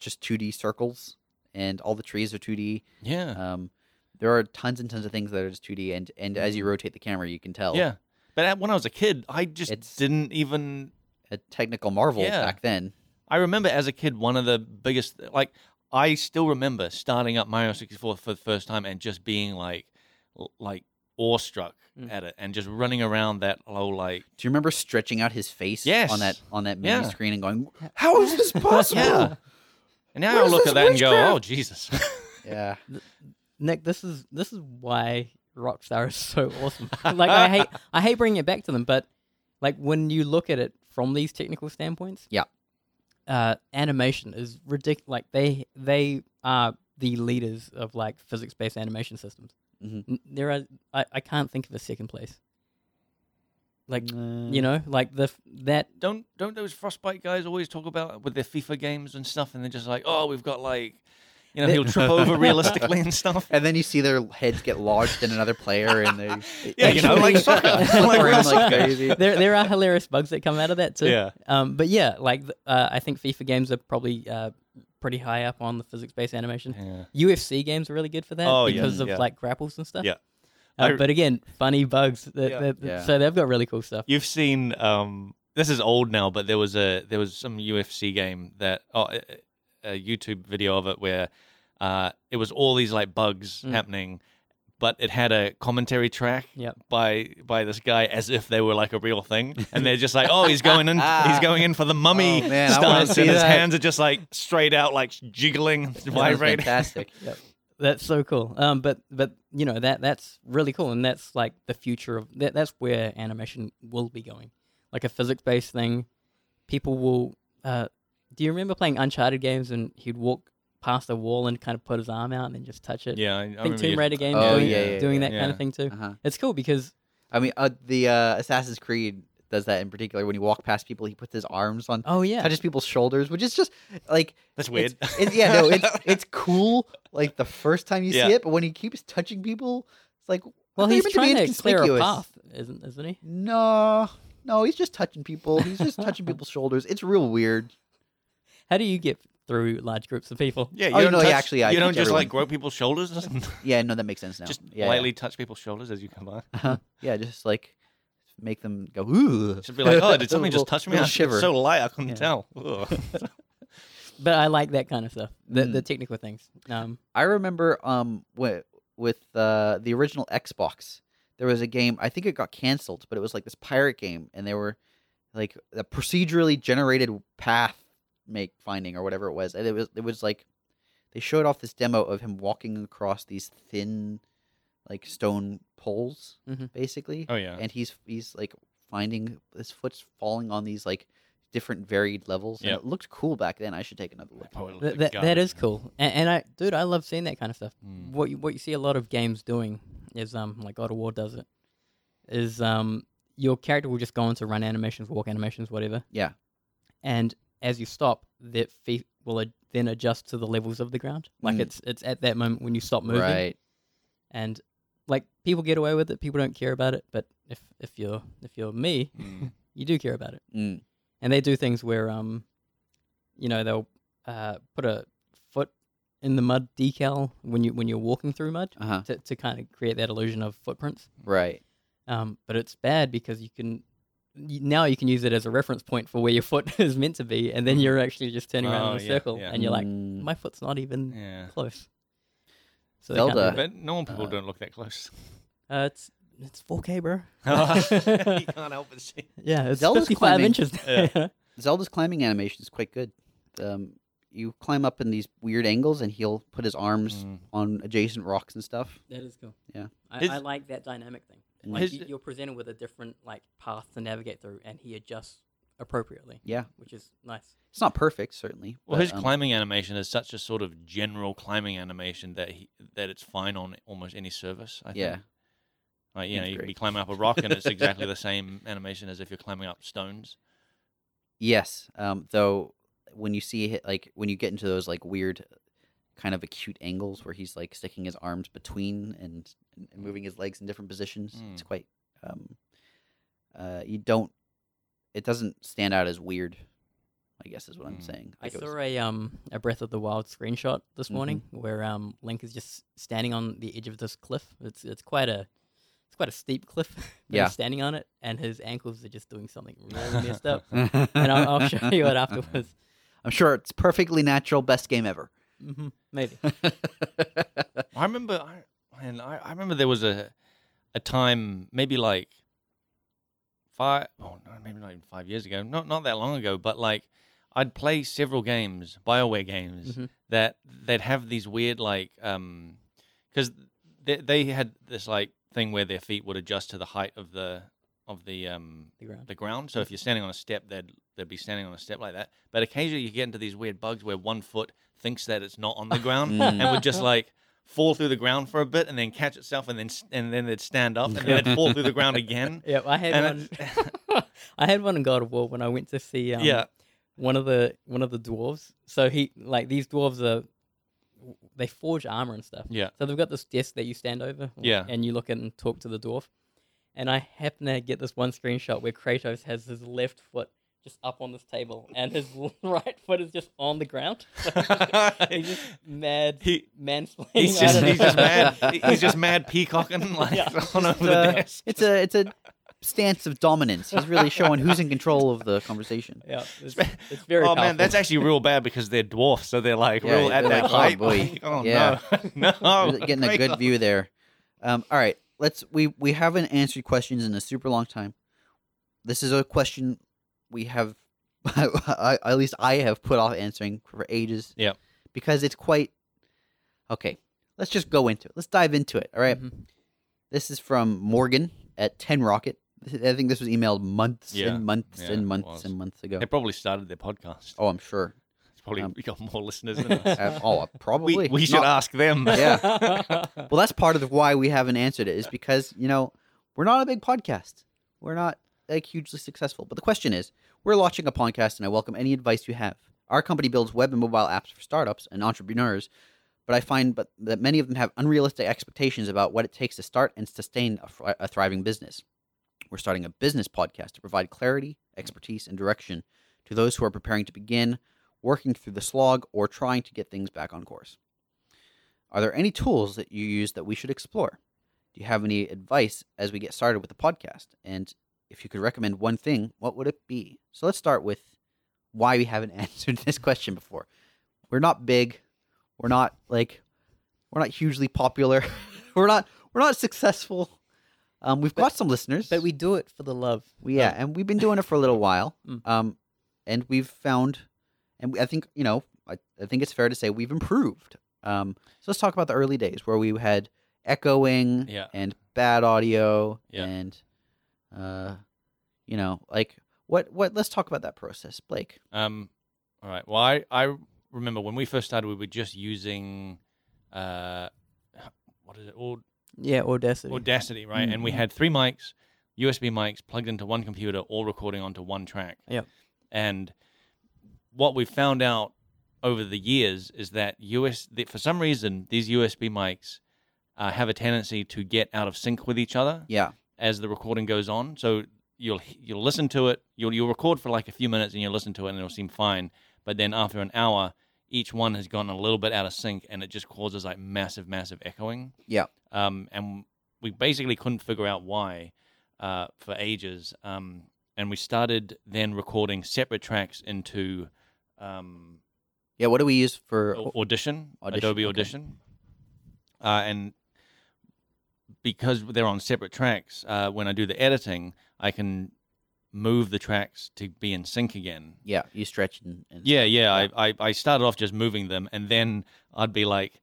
S2: just 2D circles, and all the trees are 2D.
S3: yeah,
S2: Um, there are tons and tons of things that are just 2D, and and as you rotate the camera, you can tell.
S3: yeah. But at- when I was a kid, I just
S2: uh, It's-
S3: didn't even
S2: a technical marvel
S3: Yeah.
S2: back then.
S3: I remember as a kid, one of the biggest, like, I still remember starting up Mario 64 for the first time and just being like, l- like awestruck
S1: Mm.
S3: at it and just running around that low, like,
S2: Do you remember stretching out his face
S3: Yes.
S2: on that on that mini
S3: Yeah.
S2: screen and going, "How is this possible?"
S3: [laughs] yeah. And now
S2: What
S3: I
S2: is
S3: look
S2: this
S3: at that and go,
S2: witchcraft?
S3: oh, Jesus. [laughs]
S2: yeah.
S1: Nick, this is this is why Rockstar is so awesome. [laughs] like I hate I hate bringing it back to them, but like when you look at it from these technical standpoints,
S2: Yeah.
S1: uh, animation is ridiculous. Like they they are the leaders of like physics based animation systems.
S2: Mhm.
S1: N- There are I, I can't think of a second place. Like
S2: Mm.
S1: you know, like the f- that
S3: don't don't those Frostbite guys always talk about with their FIFA games and stuff and they're just like, oh, we've got like, you know,
S1: They-
S2: [laughs]
S3: he'll trip over realistically and stuff.
S2: And then you see their heads get lodged in another player, and they
S3: [laughs] Yeah, you know, like
S2: actually [laughs]
S3: soccer.
S2: flip
S3: Like real
S2: around like
S3: soccer. [laughs]
S2: crazy.
S1: there there are hilarious bugs that come out of that too.
S3: Yeah.
S1: Um, but yeah, like th- uh, I think FIFA games are probably uh, pretty high up on the physics-based animation.
S3: Yeah.
S1: UFC games are really good for that
S3: Oh, yeah,
S1: because of
S3: yeah.
S1: like grapples and stuff.
S3: Yeah.
S1: Uh,
S3: I-
S1: but again, funny bugs. that-
S3: Yeah.
S1: that- that-
S2: Yeah.
S1: So they've got really cool stuff.
S3: You've seen um this is old now, but there was a there was some UFC game that oh a, a YouTube video of it where uh it was all these like bugs
S1: Mm.
S3: happening, but it had a commentary track
S1: Yep.
S3: by by this guy as if they were like a real thing, and they're just like oh he's going in he's going in for the mummy
S2: Oh, man, I wanna
S3: stance,
S2: see
S3: and his
S2: that.
S3: hands are just like straight out like jiggling, [laughs]
S2: That was
S3: vibrating. [laughs]
S2: fantastic.
S1: That's so cool. Um, but but you know that that's really cool, and that's like the future of that. That's where animation will be going, like a physics-based thing. People will. Uh, do you remember playing Uncharted games and he'd walk past a wall and kind of put his arm out and then just touch it?
S3: Yeah, I, I
S1: I think
S3: remember
S1: Tomb
S3: you-
S1: Raider games
S2: Oh,
S1: doing,
S2: yeah, yeah,
S1: doing that
S3: yeah.
S1: kind of thing too.
S2: Uh-huh.
S1: It's cool because
S2: I mean, uh, the uh, Assassin's Creed does that in particular. When you walk past people, he puts his arms on,
S1: oh yeah,
S2: touches people's shoulders, which is just like
S3: That's weird.
S2: [laughs] It's, Oh, it's- yeah, no,
S3: [laughs]
S2: it's it's cool. Like the first time you
S3: Yeah.
S2: see it, but when he keeps touching people, it's like
S1: well
S2: I thought you
S1: he's
S2: meant
S1: trying
S2: be
S1: to clear a
S2: inconspicuous.
S1: path, isn't isn't he?
S2: No, no, he's just touching people. He's just
S1: [laughs]
S2: touching people's shoulders. It's real weird.
S1: How do you get through large groups of people? [laughs]
S3: Yeah, you
S2: Oh,
S3: don't
S2: no, yeah,
S3: touch-
S2: actually, I
S3: you don't
S2: teach
S3: just like
S2: everyone.
S3: grow people's shoulders, or something?
S2: Yeah, no, that makes sense now.
S3: just
S2: yeah,
S3: lightly touch people's shoulders as you
S2: [laughs]
S3: come by.
S2: Yeah. yeah, just like make them go ooh.
S3: Should be like, oh, did
S2: [laughs]
S3: something just
S2: Little-
S3: touch me?
S2: little
S3: [laughs] I-
S2: shiver.
S3: It's so light, I couldn't
S2: Yeah.
S3: tell. Ugh.
S1: But I like that kind of stuff, the,
S2: Mm.
S1: the technical things. Um,
S2: I remember um with with uh, the original Xbox, there was a game. I think it got canceled, but it was like this pirate game, and they were like a procedurally generated path make finding or whatever it was, and it was it was like they showed off this demo of him walking across these thin like stone poles,
S1: Mhm.
S2: basically,
S3: oh yeah,
S2: and he's he's like finding his foot's falling on these like different varied levels,
S3: Yep. Oh,
S2: and it looked cool back then. I should take another look.
S3: Probably
S1: th-
S3: looked
S1: that-
S3: like
S1: that
S3: garbage.
S1: is cool, and, and I dude, I love seeing that kind of stuff.
S3: Mm.
S1: What you, what you see a lot of games doing is um like God of War does it, is um your character will just go into run animations, walk animations, whatever.
S2: Yeah.
S1: And as you stop, the feet will ad- then adjust to the levels of the ground. Like
S2: Mm.
S1: it's it's at that moment when you stop moving,
S2: Right.
S1: and like people get away with it. People don't care about it. But if if you're if you're me,
S2: [laughs]
S3: Mm.
S1: you do care about it.
S2: Mm.
S1: And they do things where um, you know they'll uh put a foot in the mud decal when you when you're walking through mud
S2: Uh huh.
S1: to to kind of create that illusion of footprints.
S2: Right.
S1: Um, but it's bad because you can y- now you can use it as a reference point for where your foot [laughs] is meant to be, and then you're actually just turning around
S3: Oh,
S1: in a
S3: yeah,
S1: circle,
S3: yeah.
S1: and you're like,
S2: Mm.
S1: my foot's not even
S3: Yeah.
S1: close. So they can't
S2: Zelda.
S1: do that.
S3: But normal people
S2: Uh,
S3: don't look that
S2: [laughs]
S3: close. [laughs]
S1: Uh, it's it's 4K, bro.
S3: you can't help but see.
S1: Yeah, it's
S2: Zelda's
S1: 55
S2: climbing.
S1: inches. [laughs]
S3: Yeah.
S2: Zelda's climbing animation is quite good. Um, you climb up in these weird angles, and he'll put his arms
S3: Mm.
S2: on adjacent rocks and stuff.
S1: that is cool.
S2: Yeah.
S1: I,
S3: His-
S1: I like that dynamic thing.
S2: Like,
S1: Like
S3: His-
S1: y you're presented with a different like path to navigate through, and he adjusts appropriately,
S2: Yeah,
S1: which is nice.
S2: it's not perfect, certainly.
S3: Well,
S2: but,
S3: his
S2: um,
S3: climbing animation is such a sort of general climbing animation that he, that it's fine on almost any service. I
S2: Yeah.
S3: Think. Like, you
S2: That's
S3: know, you can
S2: great.
S3: be climbing up a rock and it's exactly the same animation as if you're climbing up stones.
S2: Yes, um, though when you see hi- like when you get into those like weird, kind of acute angles where he's like sticking his arms between and, and moving his legs in different positions, it's
S3: Mm.
S2: quite. Um, uh, you don't. It doesn't stand out as weird. I guess is what I'm
S3: Mm.
S2: saying.
S1: I
S2: Like, it was-
S1: saw a um a Breath of the Wild screenshot this
S2: Mhm.
S1: morning where um Link is just standing on the edge of this cliff. It's it's quite a it's quite a steep cliff. [laughs] but
S2: Yeah.
S1: he's standing on it, and his ankles are just doing something really messed up. And I'll, I'll show you it afterwards.
S2: [laughs] I'm sure it's perfectly natural. Best
S1: [laughs]
S2: game ever.
S1: hmm maybe.
S3: I remember, I, man, I, I remember there was a a time maybe like five, oh no, maybe not even five years ago, not not that long ago, but like I'd play several games, Bioware games
S1: Mhm.
S3: that they'd have these weird like, um, because they they had this like thing where their feet would adjust to the height of the of the um
S1: The ground.
S3: the ground. So if you're standing on a step, they'd they'd be standing on a step like that. But occasionally you get into these weird bugs where one foot thinks that it's not
S2: [laughs]
S3: on the ground
S2: Mm.
S3: and would just like fall through the ground for a bit and then catch itself and then s- and then it'd stand up and then it'd fall through the
S2: [laughs]
S3: ground again.
S1: Yep, I had
S3: And
S1: one. [laughs] I had one in God of War when I went to
S3: [laughs]
S1: see um,
S2: [laughs]
S3: yeah.
S1: one of the one of the dwarves. So he like these dwarves are they forge armor and stuff.
S3: Yeah.
S1: So they've got this desk that you stand over.
S3: Yeah.
S1: And you look at and talk to the dwarf. And I happen to get this one screenshot where Kratos has his left foot just up on this table and his [laughs] right foot is just on the ground. [laughs] He's just mad
S3: He-
S1: mansplaining.
S3: He's
S1: I
S3: just,
S1: don't know.
S3: he's just mad. he- He's just mad peacocking [laughs] like
S1: Yeah.
S3: on over the
S2: uh,
S3: desk.
S2: it's a it's a stance of dominance. He's really showing who's in control of the conversation.
S1: [laughs] Yeah,
S3: [laughs]
S1: it's, it's very
S3: oh
S1: powerful.
S3: man, that's actually real bad because they're dwarfs, so they're like
S2: Yeah,
S3: real at
S2: they're
S3: that
S2: like, oh,
S3: height. [laughs]
S2: boy.
S3: Like, oh
S2: Yeah.
S3: no, [laughs] no,
S2: Really getting a good view there. Um, all right, let's. We we haven't answered questions in a super long time. This is a question we have, [laughs] I, at least I have put off answering for ages.
S3: Yep.
S2: because it's quite okay. Let's just go into it. Let's dive into it. All right?
S1: Mhm.
S2: this is from Morgan at Ten Rocket. I think this was emailed months
S3: Yeah,
S2: and months
S3: yeah, it
S2: and months
S3: was.
S2: and months ago.
S3: They probably started their podcast.
S2: Oh, I'm sure.
S3: It's probably
S2: Um,
S3: we got more
S2: [laughs]
S3: listeners than us. [laughs]
S2: Uh, oh, probably.
S3: We, we should uh,
S2: Not-
S3: ask
S2: [laughs]
S3: them.
S2: Yeah.
S1: [laughs]
S2: Well, that's part of the- why we haven't answered it is because you know we're not a big podcast. We're not like hugely successful. But the question is, we're launching a podcast, and I welcome any advice you have. Our company builds web and mobile apps for startups and entrepreneurs, but I find but that many of them have unrealistic expectations about what it takes to start and sustain a, fr- a thriving business. We're starting a business podcast to provide clarity, expertise, and direction to those who are preparing to begin, working through the slog, or trying to get things back on course. Are there any tools that you use that we should explore? Do you have any advice as we get started with the podcast? And if you could recommend one thing, what would it be? So let's start with why we haven't [laughs] answered this question before. We're not big. We're not like we're not hugely popular. [laughs] we're not we're not successful. Um, we've got some listeners.
S1: but we do it for the love.
S2: We- yeah, and we've been doing it for a little while.
S3: [laughs]
S1: Mm.
S2: Um, and we've found, and we, I think you know, I, I think it's fair to say we've improved. Um, so let's talk about the early days where we had echoing
S3: Yeah.
S2: and bad audio
S3: Yeah.
S2: and, uh, you know, like what what? Let's talk about that process, Blake.
S3: Um. All right. Well, I, I remember when we first started, we were just using, uh, what is it? Aud-
S1: Yeah, audacity.
S3: Audacity, right? And we
S2: Mhm.
S3: had three mics. USB mics plugged into one computer, all recording onto one track.
S1: Yep.
S3: And what we found out over the years is that US that for some reason these USB mics uh, have a tendency to get out of sync with each other
S2: Yeah.
S3: as the recording goes on. So you'll you'll listen to it, you'll you'll record for like a few minutes and you'll listen to it and it'll seem fine. But then after an hour, each one has gone a little bit out of sync and it just causes like massive, massive echoing.
S2: Yeah.
S3: Um, and we basically couldn't figure out why uh, for ages. Um, and we started then recording separate tracks into um,
S2: Yeah. What do we use for?
S3: Au- Audition,
S2: Audition,
S3: Adobe
S2: okay.
S3: Audition. Uh, and because they're on separate tracks, uh, when I do the editing, I can move the tracks to be in sync again.
S2: Yeah. You stretch and. and
S3: Yeah, yeah.
S2: Yeah.
S3: I, I, I started off just moving them, and then I'd be like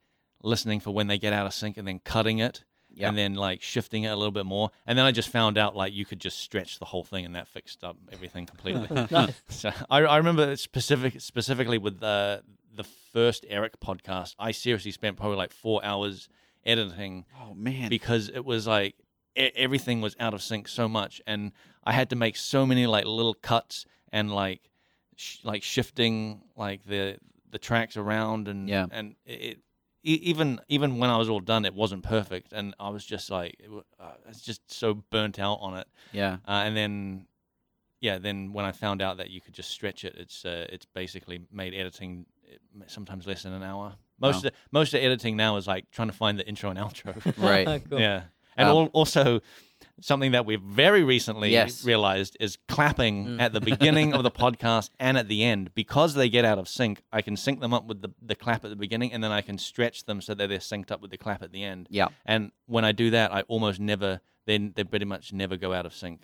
S3: listening for when they get out of sync and then cutting it.
S2: Yeah.
S3: And then like shifting it a little bit more, and then I just found out like you could just stretch the whole thing, and that fixed up everything [laughs] completely.
S1: [laughs] Nice.
S3: So I, I remember specific specifically with the the first Eric podcast. I seriously spent probably like four hours editing
S2: Oh man.
S3: because it was like e- everything was out of sync so much, and I had to make so many like little cuts and like sh- like shifting like the the tracks around and
S2: Yeah.
S3: and it. it e- even even when I was all done, it wasn't perfect, and I was just like, it wa- uh, I was just so burnt out on it
S2: yeah.
S3: uh, and then yeah then when i found out that you could just stretch it it's uh, it's basically made editing uh, sometimes less than an hour most
S2: Wow.
S3: of, most of editing now is like trying to find the intro and
S2: [laughs]
S3: outro [laughs]
S2: Right.
S1: Cool.
S3: yeah and
S2: Um,
S3: al- also something that we've very recently
S2: Yes.
S3: realized is clapping
S1: Mm.
S3: at the beginning
S2: [laughs]
S3: of the podcast and at the end because they get out of sync i can sync them up with the, the clap at the beginning and then i can stretch them so that they're synced up with the clap at the end
S2: Yeah.
S3: and when i do that i almost never then they pretty much never go out of sync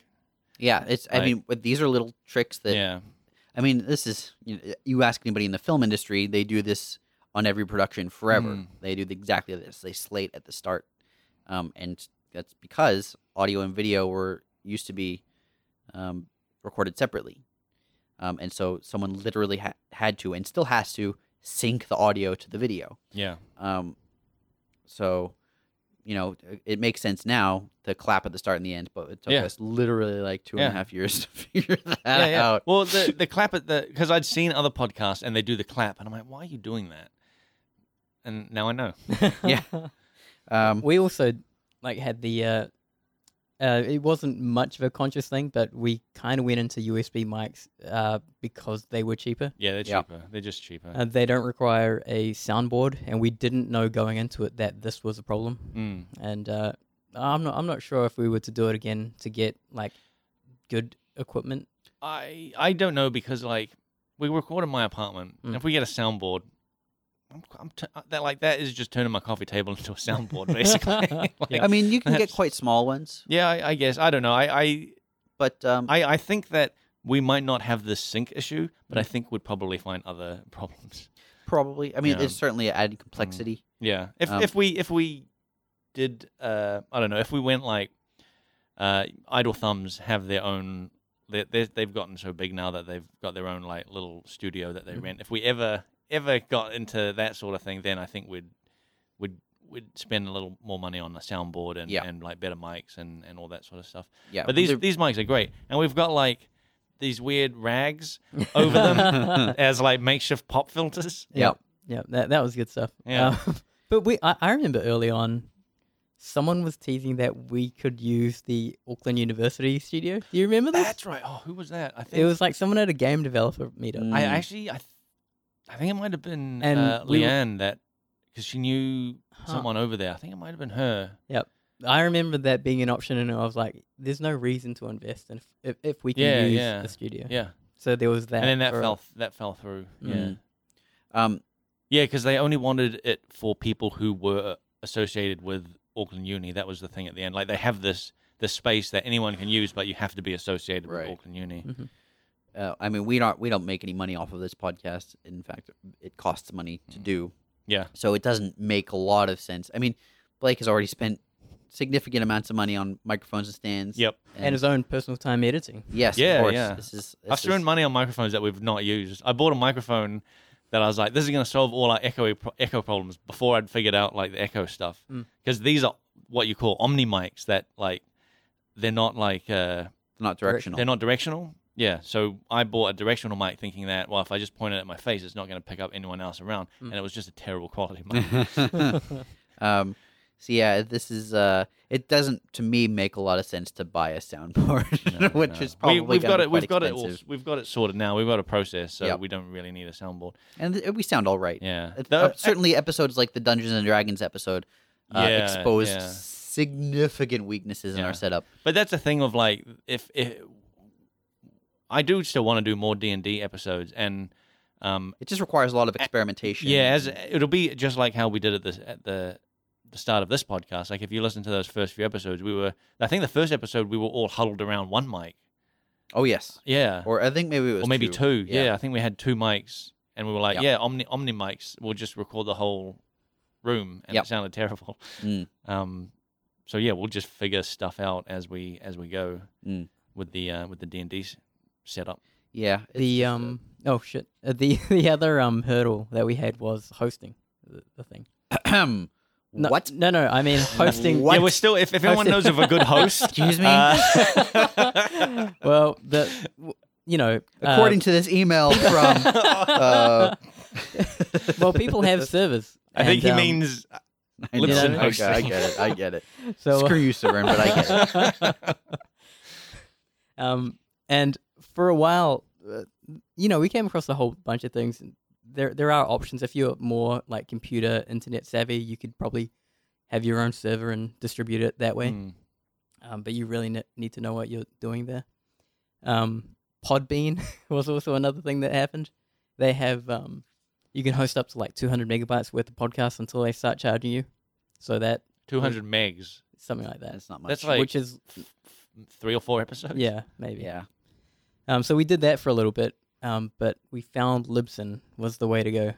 S2: Yeah. It's. I
S3: Like-
S2: mean, but these are little tricks that.
S3: yeah
S2: I mean, this is. You, know, you ask anybody in the film industry, they do this on every production forever.
S3: Mhm.
S2: They do exactly this. They slate at the start, um, and that's because audio and video were used to be um, recorded separately, um, and so someone literally ha- had to and still has to sync the audio to the video.
S3: yeah
S2: Um, so, you know, it- it makes sense now to clap at the start and the end, but it took
S3: Yeah.
S2: us literally like two and a
S3: Yeah.
S2: half years [laughs] to figure that
S1: Yeah, yeah.
S2: out.
S3: Well, the the clap at the because I'd seen other podcasts and they do the clap, and I'm like, why are you doing that? And now I know.
S2: Yeah. Um,
S1: we also like had the uh, uh it wasn't much of a conscious thing but we kind of went into usb mics uh because they were cheaper
S3: Yeah, they're
S2: Yeah.
S3: cheaper. They're just cheaper.
S1: uh, they don't require a soundboard and we didn't know going into it that this was a problem
S3: mm.
S1: and uh i'm not i'm not sure if we were to do it again to get like good equipment
S3: I I don't know because like we record in my apartment. and
S1: Mm.
S3: If we get a soundboard, I'm, I'm t- uh, that like that is just turning my coffee table [laughs] into a
S2: [laughs]
S3: soundboard basically. [laughs] Like,
S1: Yeah.
S2: I mean, you can
S3: [laughs]
S2: get quite small ones,
S3: yeah, I, I guess I don't know. I I,
S2: but um,
S3: I I think that we might not have this sync issue, but
S2: Mm.
S3: I think we'd probably find other [laughs] problems.
S2: probably, I mean,
S3: Yeah. Mm.
S2: it's certainly added complexity.
S3: Yeah. If
S2: Um,
S3: if we if we did uh I don't know, if we went like uh Idle Thumbs have their own they they they've gotten so big now that they've got their own like little studio that they
S1: Mhm.
S3: rent. If we ever ever got into that sort of thing, then I think we'd would would spend a little more money on a soundboard and,
S2: Yeah.
S3: and like better mics and, and all that sort of stuff.
S2: Yeah,
S3: But these
S2: they're-
S3: these mics are great. And we've got like these weird [laughs] rags over them as like makeshift pop filters.
S2: yeah,
S1: yeah that, that was good stuff
S3: Yeah.
S1: Um, [laughs] but we I, I remember early on someone was teasing that we could use the auckland university studio do you remember this
S3: That's right. Oh, who was that? I think
S1: It was like someone at a game developer meetup.
S3: I
S2: Mm.
S3: actually, I, th- I think it might have been
S1: And
S3: uh,
S1: we were-
S3: Leanne that because she knew
S1: Huh.
S3: someone over there. I think it might have been her.
S1: I remember that being an option, and I was like, "There's no reason to invest in if, if we can
S3: Yeah,
S1: use
S3: yeah.
S1: the studio."
S3: Yeah,
S1: So there was that.
S3: and then that
S1: for-
S3: fell that fell through. Yeah,
S2: Mm. um,
S3: yeah, because they only wanted it for people who were associated with Auckland Uni. That was the thing at the end. Like they have this this space that anyone can use, but you have to be associated
S2: Right.
S3: with Auckland Uni.
S2: uh, I mean, we don't we don't make any money off of this podcast. In fact, it costs money
S3: Mm.
S2: to do.
S3: Yeah.
S2: So it doesn't make a lot of sense. I mean, Blake has already spent significant amounts of money on microphones and stands.
S3: Yep,
S1: and his own personal time editing.
S2: yes,
S3: Yeah,
S2: of course.
S3: yeah.
S2: This is
S3: I've
S2: this
S3: thrown
S2: is-
S3: money on microphones that we've not used. I bought a microphone that I was like, this is going to solve all our echo pro- echo problems before
S2: Hmm.
S3: I'd figured out like the echo stuff
S1: Mm.
S3: because these are what you call omni mics that like they're not like uh,
S2: not directional.
S3: they're not directional. Yeah, so I bought a directional mic thinking that well, if I just point it at my face, it's not going to pick up anyone else around,
S1: Mm.
S2: Hmm.
S3: and it was just a terrible quality mic.
S2: um, so yeah, this is uh, it doesn't to me make a lot of sense to buy a soundboard, [laughs]
S3: No,
S2: which
S3: no.
S2: is probably
S3: we, have
S2: gonna
S3: got
S2: be
S3: it. We've
S2: quite
S3: got it.
S2: expensive.
S3: All, we've got it sorted now. We've got a process, so
S2: Yep.
S3: we don't really need a soundboard.
S2: and th- we sound all right.
S3: Yeah,
S2: It-
S3: The-
S2: uh, certainly, episodes like the Dungeons and Dragons episode uh,
S3: Yeah,
S2: exposed
S3: yeah.
S2: significant weaknesses in
S3: Yeah.
S2: our setup.
S3: But that's the thing of like if, if I do still want to do more D and D episodes, and um,
S2: It just requires a lot of experimentation.
S3: yeah, as it'll be just like how we did at the at the the start of this podcast. Like if you listen to those first few episodes, we were I think the first episode we were all huddled around one mic.
S2: oh yes,
S3: Yeah,
S2: or I think maybe it was
S3: or maybe two. Yeah.
S2: Yeah.
S3: I think we had two mics, and we were like,
S2: Yep.
S3: yeah, omni omni mics. We'll just record the whole room, and
S2: Yep.
S3: it sounded terrible.
S2: Mm.
S3: Um, so yeah, we'll just figure stuff out as we as we go
S2: Mm.
S3: with the uh, with the D and D setup.
S2: Yeah, it's
S1: the
S2: just a-
S1: um oh shit Uh, the [laughs] the other um hurdle that we had was hosting the, the thing. um,
S2: [clears throat]
S1: No, [laughs]
S2: what?
S1: No, no. I mean hosting.
S2: What?
S3: Yeah, we're still. If, if anyone knows of a good
S2: [laughs]
S3: host,
S2: Excuse me? [laughs]
S3: uh,
S1: [laughs] well, the w- you know uh,
S2: According
S1: [laughs]
S2: to this email from,
S3: [laughs]
S2: uh,
S1: well, people have servers.
S3: I
S1: and,
S3: think he
S1: um,
S3: means.
S2: [laughs]
S3: [laughs]
S2: I, know,
S1: Libsyn
S2: I, get- I
S3: hosting.
S2: get it. I get it.
S1: so. uh,
S2: Screw you, Severn, but I get it.
S1: [laughs] um, and for a while, uh, you know, we came across a whole bunch of things. and There, there are options. If you're more like computer internet savvy, you could probably have your own server and distribute it that way.
S3: Mm.
S1: um, but you really ne- need to know what you're doing there. Um, Podbean [laughs] was also another thing that happened. They have um, you can host up to like 200 megabytes worth of podcasts until they start charging you. So that
S3: 200 megs.
S1: something like that,
S2: That's not much.
S3: That's like
S1: which
S2: [laughs]
S1: is
S3: f- f- three or four episodes.
S1: yeah maybe.
S2: yeah.
S1: Um, so we did that for a little bit, um, but we found Libsyn was the way to go,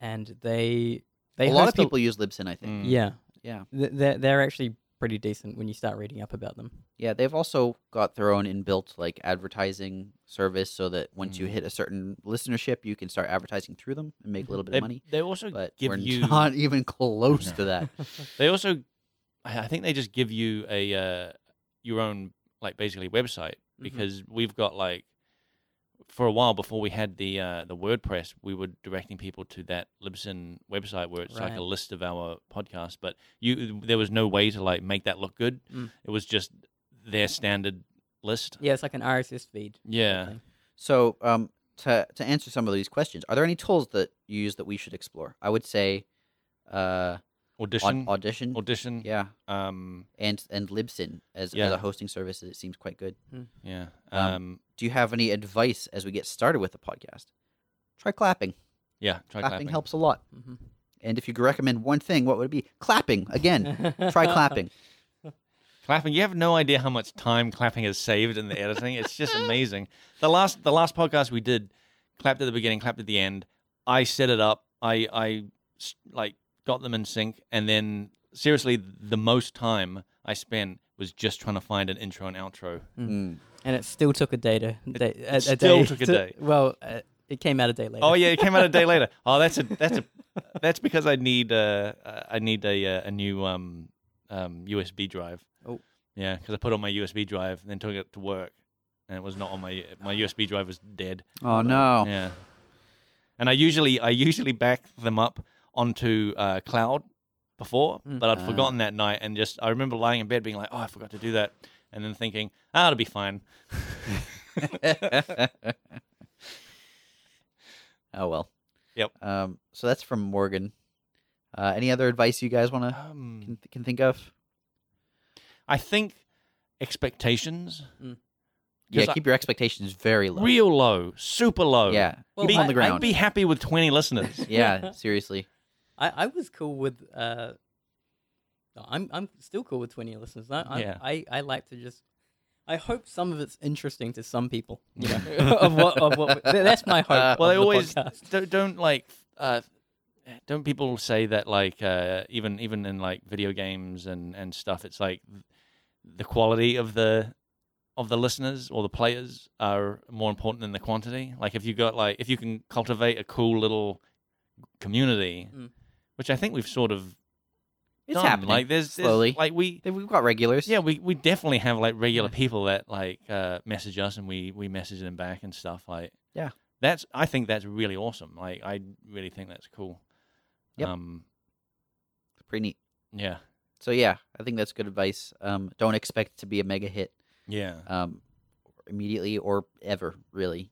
S1: and they they
S2: a lot of
S1: host a-
S2: people use Libsyn, I think.
S3: Mm.
S1: yeah
S2: Yeah.
S1: Th- they're they're actually pretty decent when you start reading up about
S2: [laughs]
S1: them.
S2: Yeah, they've also got their own inbuilt like advertising service so that once you
S3: Mm.
S2: hit a certain listenership, you can start advertising through them and make a little bit
S3: Mm-hmm. They,
S2: of money.
S3: they also
S2: But
S3: give
S2: we're [laughs]
S3: you.
S2: not even close
S3: No.
S2: to
S3: [laughs]
S2: that.
S3: They also, I I think they just give you a uh, your own like basically website
S2: Mm-hmm.
S3: because we've got like for a while before we had the uh, the WordPress, we were directing people to that Libsyn website where it's like
S1: Right.
S3: a list of our podcasts. But you, there was no way to like make that look good.
S1: Mm.
S3: It was just their standard list.
S1: Yeah, it's like an RSS feed.
S3: Yeah.
S1: thing.
S2: So, um, to to answer some of these questions, are there any tools that you use that we should explore? I would say, uh,
S3: Audition,
S2: Aud- audition,
S3: audition.
S2: yeah,
S3: Um,
S2: and and Libsyn as, as
S3: Yeah.
S2: a hosting service. It seems quite good.
S3: yeah.
S2: Um,
S3: Um,
S2: Do you have any advice as we get started with the podcast? Try clapping.
S3: yeah. Try
S2: Clapping, helps a lot.
S1: Mhm.
S2: And if you could recommend one thing, what would it be? Clapping again.
S1: Mm-hmm.
S2: Try
S1: [laughs]
S2: [laughs] clapping.
S3: Clapping. You have no idea how much time clapping has saved in the editing. It's just amazing. The last the last podcast we did, clapped at the beginning, clapped at the end. I set it up. I I s- like got them in sync, and then seriously, the most time I spent was just trying to find an intro and outro.
S2: Mm.
S1: and it still took a day to. Day, a, a
S3: still
S1: day
S3: took a
S1: to-
S3: day.
S1: Well, uh, it came out a day later.
S3: Oh yeah, it came out a day later. Oh, that's a that's a that's because I need uh uh, I need a uh, a new um um USB drive.
S1: Oh.
S3: yeah, because I put on my USB drive and then took it to work, and it was not on my my USB drive was dead.
S2: Oh no.
S3: Yeah, and I usually I usually back them up onto uh, cloud before,
S1: Mm.
S3: but I'd
S2: Ah.
S3: forgotten that night and just I remember lying in bed being like, oh, I forgot to do that, and then thinking, ah, it'll be fine.
S2: [laughs] oh well.
S3: Yep.
S2: Um, so that's from Morgan. Uh, any other advice you guys want to
S3: Um,
S2: Uh, can, can think of?
S3: I think expectations.
S1: Mm.
S2: Yeah,
S3: 'Cause I-
S2: keep your expectations very low.
S3: real low, super low.
S2: Yeah,
S1: Well,
S2: keep
S3: Be-
S2: them on the
S1: I-
S2: ground.
S3: I'd be happy with 20 listeners.
S2: [laughs]
S3: [laughs]
S2: yeah, seriously.
S1: [laughs] I, I was cool with. Uh, no, I'm I'm still cool with twenty listeners. I I,
S3: Yeah.
S1: I I like to just. I hope some of it's interesting to some people. You
S3: [laughs]
S1: know, [laughs] of what of what we- th- that's my hope.
S3: Uh,
S1: of
S3: well, I
S1: the
S3: always
S1: podcast.
S3: don't, don't like uh, don't people say that like uh, even even in like video games and and stuff, it's like the quality of the of the listeners or the players are more important than the quantity. Like if you got like if you can cultivate a cool little community,
S1: Mm.
S3: which I think we've sort of
S2: It's
S3: done.
S2: happening.
S3: Like there's, there's-
S2: slowly.
S3: like we
S2: We've got regulars.
S3: yeah we, we definitely have like regular people that like uh, message us and we we message them back and stuff like
S2: Yeah.
S3: that's I think that's really awesome. Like I really think that's cool.
S2: Yep.
S3: Um.
S2: pretty neat.
S3: Yeah.
S2: So yeah, I think that's good advice. Um, don't expect it to be a mega hit
S3: Yeah.
S2: um, immediately or ever, really.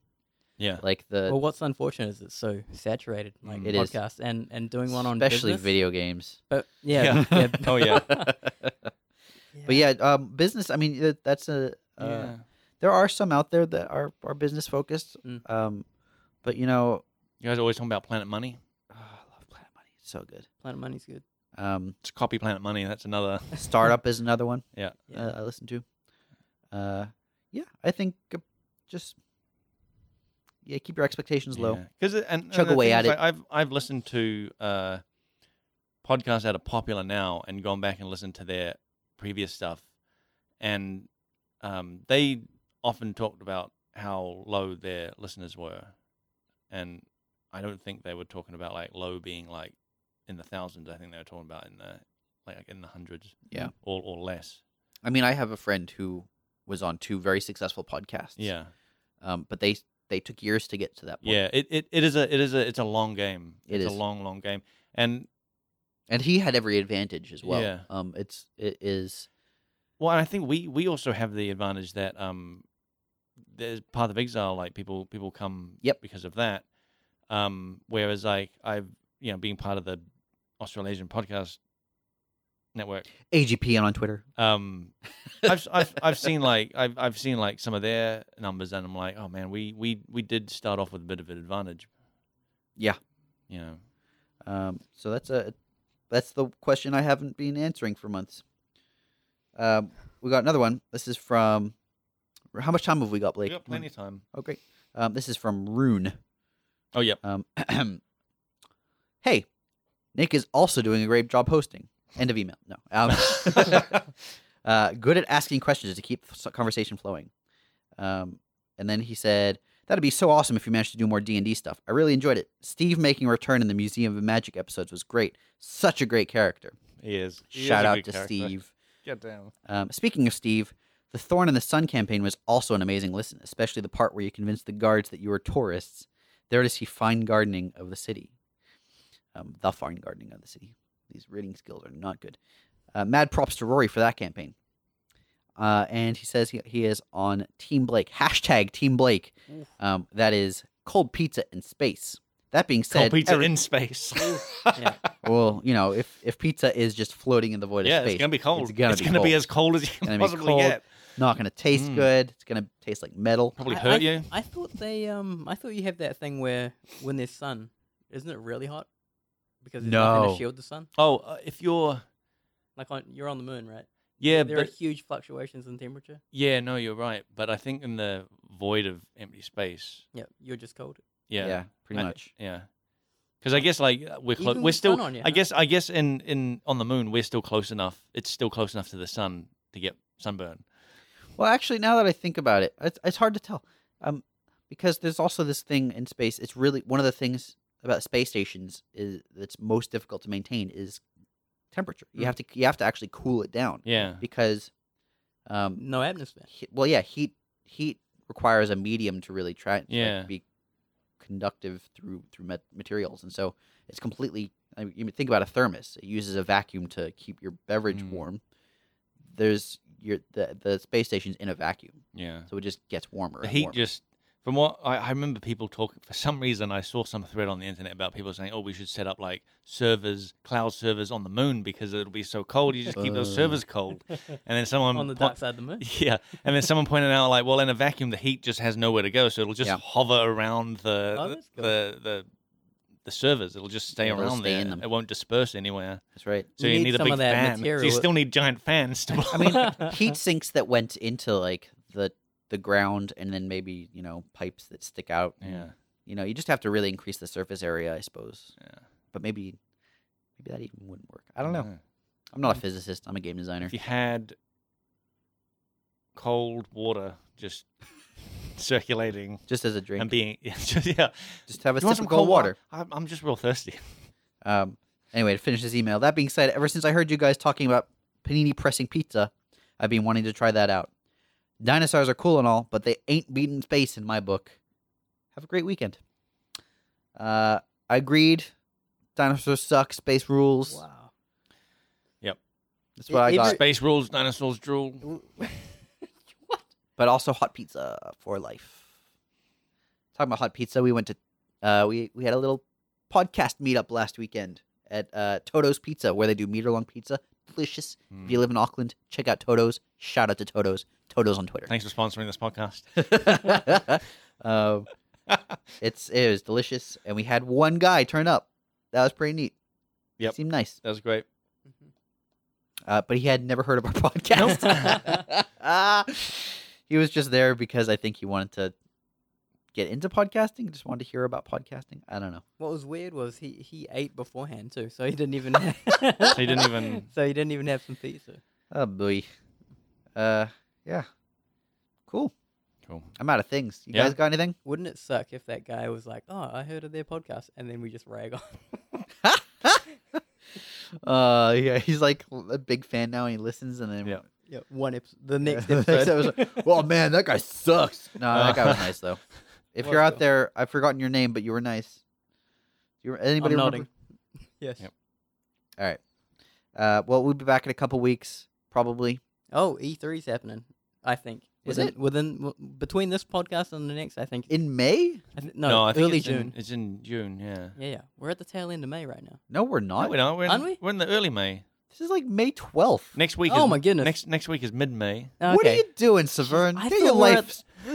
S3: Yeah.
S2: Like the
S1: well, what's unfortunate is it's so saturated, like
S3: It
S2: is.
S1: podcasts and and doing one on
S2: especially
S1: business,
S2: video games.
S1: But yeah, yeah.
S3: [laughs] Oh,
S1: [laughs]
S3: yeah.
S2: but yeah, um, business. I mean, that- that's a. Uh,
S3: yeah.
S2: There are some out there that are are business focused.
S1: Mm.
S2: Um, but you know, [sighs]
S3: You guys are always talking about Planet Money.
S2: oh, I love Planet Money. It's so good.
S1: Planet Money's good.
S2: Um,
S3: It's copy Planet Money. That's another.
S2: Startup is another one.
S3: Yeah.
S1: Yeah.
S2: uh, I listen to. Uh, yeah, I think uh, just yeah, keep your expectations low.
S3: Because and
S2: Chug
S3: and the
S2: away
S3: thing
S2: at
S3: is,
S2: it.
S3: like, I've I've listened to uh, podcasts that are popular now and gone back and listened to their previous stuff, and um, they often talked about how low their listeners were, and I don't think they were talking about like low being like in the thousands. I think they were talking about in the like in the hundreds,
S2: Yeah.
S3: or or less.
S2: I mean, I have a friend who was on two very successful podcasts.
S3: Yeah,
S2: um, but they they took years to get to that point.
S3: yeah. It, it it is a it is a it's a long game.
S2: It
S3: it's
S2: is.
S3: a long long game, and
S2: and he had every advantage as well.
S3: Yeah.
S2: um, it's it is
S3: Well, and I think we we also have the advantage that um, there's path of exile. Like people people come
S2: Yep.
S3: because of that. Um, whereas like I've you know being part of the Australasian podcast network,
S2: AGP on Twitter.
S3: um, I've, I've I've seen like I've I've seen like some of their numbers, and I'm like, oh man, we we we did start off with a bit of an advantage.
S2: Yeah.
S3: you know,
S2: Um, so that's a that's the question I haven't been answering for months. Um, we got another one. This is from how much time have we got,
S3: we
S2: Blake?
S3: got plenty of time.
S2: Oh, great. Um, this is from Rune.
S3: Oh [laughs] yeah,
S2: Um, [clears throat] hey, Nick is also doing a great job hosting. End of email. No. Um,
S3: [laughs]
S2: [laughs] uh, good at asking questions to keep s- conversation flowing. Um, and then he said, "That'd be so awesome if you managed to do more D and D stuff. I really enjoyed it. Steve making a return in the Museum of Magic episodes was great. Such a great character.
S3: he is. He is
S2: Shout
S3: a
S2: out
S3: good
S2: to
S3: character.
S2: Steve.
S3: Get down.
S2: Um, speaking of Steve." The Thorn in the Sun campaign was also an amazing listen, especially the part where you convinced the guards that you were tourists. There to see fine gardening of the city um, the fine gardening of the city. These reading skills are not good. Uh, mad props to Rory for that campaign. Uh, and he says he, he is on Team Blake. Hashtag Team Blake.
S1: Oof.
S2: Um, that is cold pizza in space. That being said,
S3: Cold pizza
S2: every-
S3: in [laughs] space.
S1: Yeah.
S2: well, you know, if, if pizza is just floating in the void
S3: yeah,
S2: of space,
S3: it's gonna be cold. It's
S2: gonna
S3: gonna,
S2: be
S3: be,
S2: cold.
S3: as cold as you
S2: gonna
S3: can
S2: be
S3: possibly
S2: cold.
S3: get.
S2: not going to taste
S3: Mm.
S2: good. It's going to taste like metal.
S3: Probably
S1: I-
S3: hurt
S1: I-
S3: you.
S1: I thought they um I thought you have that thing where when there's sun, isn't it really hot? Because there's nothing
S2: No.
S1: to shield the sun.
S3: Oh, uh, if you're
S1: Like on you're on the moon, right?
S3: yeah,
S1: there
S3: but
S1: are huge fluctuations in temperature.
S3: yeah, no, you're right. But I think in the void of empty space,
S1: Yeah, you're just cold.
S3: yeah,
S2: pretty
S3: I-
S2: much.
S3: yeah. Because I guess like we're
S1: You
S3: clo-
S1: can
S3: we're
S1: get sun
S3: still.
S1: on you,
S3: I
S1: huh?
S3: guess I guess in in on the moon we're still close enough. It's still close enough to the sun to get sunburn.
S2: Well, actually, now that I think about it, it's, it's hard to tell. Um, because there's also this thing in space. It's really one of the things about space stations is that's most difficult to maintain is temperature. You
S1: Mm.
S2: have to you have to actually cool it down
S3: Yeah,
S2: because, um,
S1: No
S3: [laughs]
S1: atmosphere.
S2: he, well, yeah, heat heat requires a medium to really try to like,
S3: Yeah.
S2: be conductive through through met- materials, and so it's completely. I mean, you think about a thermos; it uses a vacuum to keep your beverage
S3: Mm.
S2: warm. There's your the the space station's in a vacuum.
S3: yeah.
S2: So it just gets warmer.
S3: The
S2: and
S3: heat
S2: warmer.
S3: just from what I, I remember people talking for some reason I saw some thread on the internet about people saying, Oh, we should set up like servers, cloud servers on the moon because it'll be so cold, you just keep those
S2: Uh.
S3: servers cold. And then someone
S1: on the
S3: po-
S1: dark side of the moon.
S3: [laughs] Yeah. And then someone pointed out like, well in a vacuum the heat just has nowhere to go, so it'll just
S2: Yeah.
S3: hover around the
S1: Oh,
S3: the,
S1: that's cool.
S3: the the the servers. It'll just stay
S2: Yeah, they'll
S3: around
S2: stay
S3: there.
S2: in them.
S3: It won't disperse anywhere.
S2: That's right.
S3: [laughs] So
S1: You
S3: you,
S1: need
S3: need, a
S1: some
S3: big
S1: of that
S3: fan. So you
S1: material.
S3: still need giant fans to
S2: I mean, heat sinks that went into like the the ground, and then maybe you know pipes that stick out. and,
S3: [laughs] Yeah.
S2: You know, you just have to really increase the surface area, I suppose.
S3: Yeah.
S2: But maybe maybe that even wouldn't work. I don't know. I'm not a physicist. I'm a game
S3: [laughs]
S2: designer.
S3: if you had cold water just circulating
S2: Just as a drink,
S3: [laughs] and being yeah, just, yeah.
S2: just have a
S3: You want
S2: sip of cold water.
S3: I'm, I'm just real thirsty.
S2: Um, Anyway, to finish this email. That being said, ever since I heard you guys talking about panini pressing pizza, I've been wanting to try that out. Dinosaurs are cool and all, but they ain't beating space in my book. Have a great weekend. Uh, I agreed. Dinosaurs suck. Space rules.
S1: Wow.
S2: That's what I
S1: Either-
S2: got.
S3: Space rules, dinosaurs drool.
S1: what?
S2: but also hot pizza for life. Talking about hot pizza, we went to uh, we we had a little podcast meetup last weekend at uh, Toto's Pizza, where they do meter long pizza. Delicious. If you live in Auckland, check out Toto's. Shout out to Toto's. Toto's on
S3: [laughs]
S2: Twitter. [laughs]
S3: Thanks for sponsoring this podcast. [laughs]
S2: um, it's it was delicious, and we had one guy turn up. That was pretty neat.
S3: Yep.
S2: seemed nice,
S3: That was great.
S2: uh, but he had never heard of our [laughs] podcast. [laughs] Ah, he was just there because I think he wanted to get into podcasting. Just wanted to hear about podcasting. I don't know.
S1: What was weird was he he ate beforehand too, so he didn't
S3: [laughs]
S1: even.
S3: he didn't even-
S1: [laughs] So he didn't even have some pizza.
S2: Oh boy. Uh, yeah. Cool.
S3: Cool.
S2: I'm out of things. You
S3: Yeah.
S2: guys got anything?
S1: Wouldn't it suck if that guy was like, "Oh, I heard of their podcast," and then we just rag on? [laughs]
S2: uh, yeah. He's like a big fan now, and he listens, and then.
S3: Yeah.
S1: yeah, one episode. The next
S2: [laughs] The next
S1: episode.
S2: episode. Well, man, that guy sucks. No, that guy was
S3: Uh,
S2: nice though. If
S1: Was
S2: you're out
S1: cool.
S2: there, I've forgotten your name, but you were nice. Do you anybody
S1: I'm
S2: remember?
S1: nodding. Yes.
S3: Yep.
S2: Uh, well, we'll be back in a couple weeks, probably.
S1: Oh, E3's happening. I think.
S2: Is
S1: within,
S2: it?
S1: within w- between this podcast and the next? I think.
S2: In May?
S1: I th-
S3: No,
S1: no,
S3: I think
S1: early
S3: it's
S1: June.
S3: In, it's in June, yeah.
S1: yeah, yeah. We're at the tail end of May right now.
S2: No, we're not.
S3: No, we don't. We're in,
S1: Aren't we?
S3: are in the early May.
S2: This is like May 12th.
S3: Next week.
S1: Oh
S3: is,
S1: my goodness.
S3: Next next week is mid May.
S1: Okay.
S2: What are you doing, Severn?
S1: I
S2: Get your
S1: thought we're
S2: life. [laughs]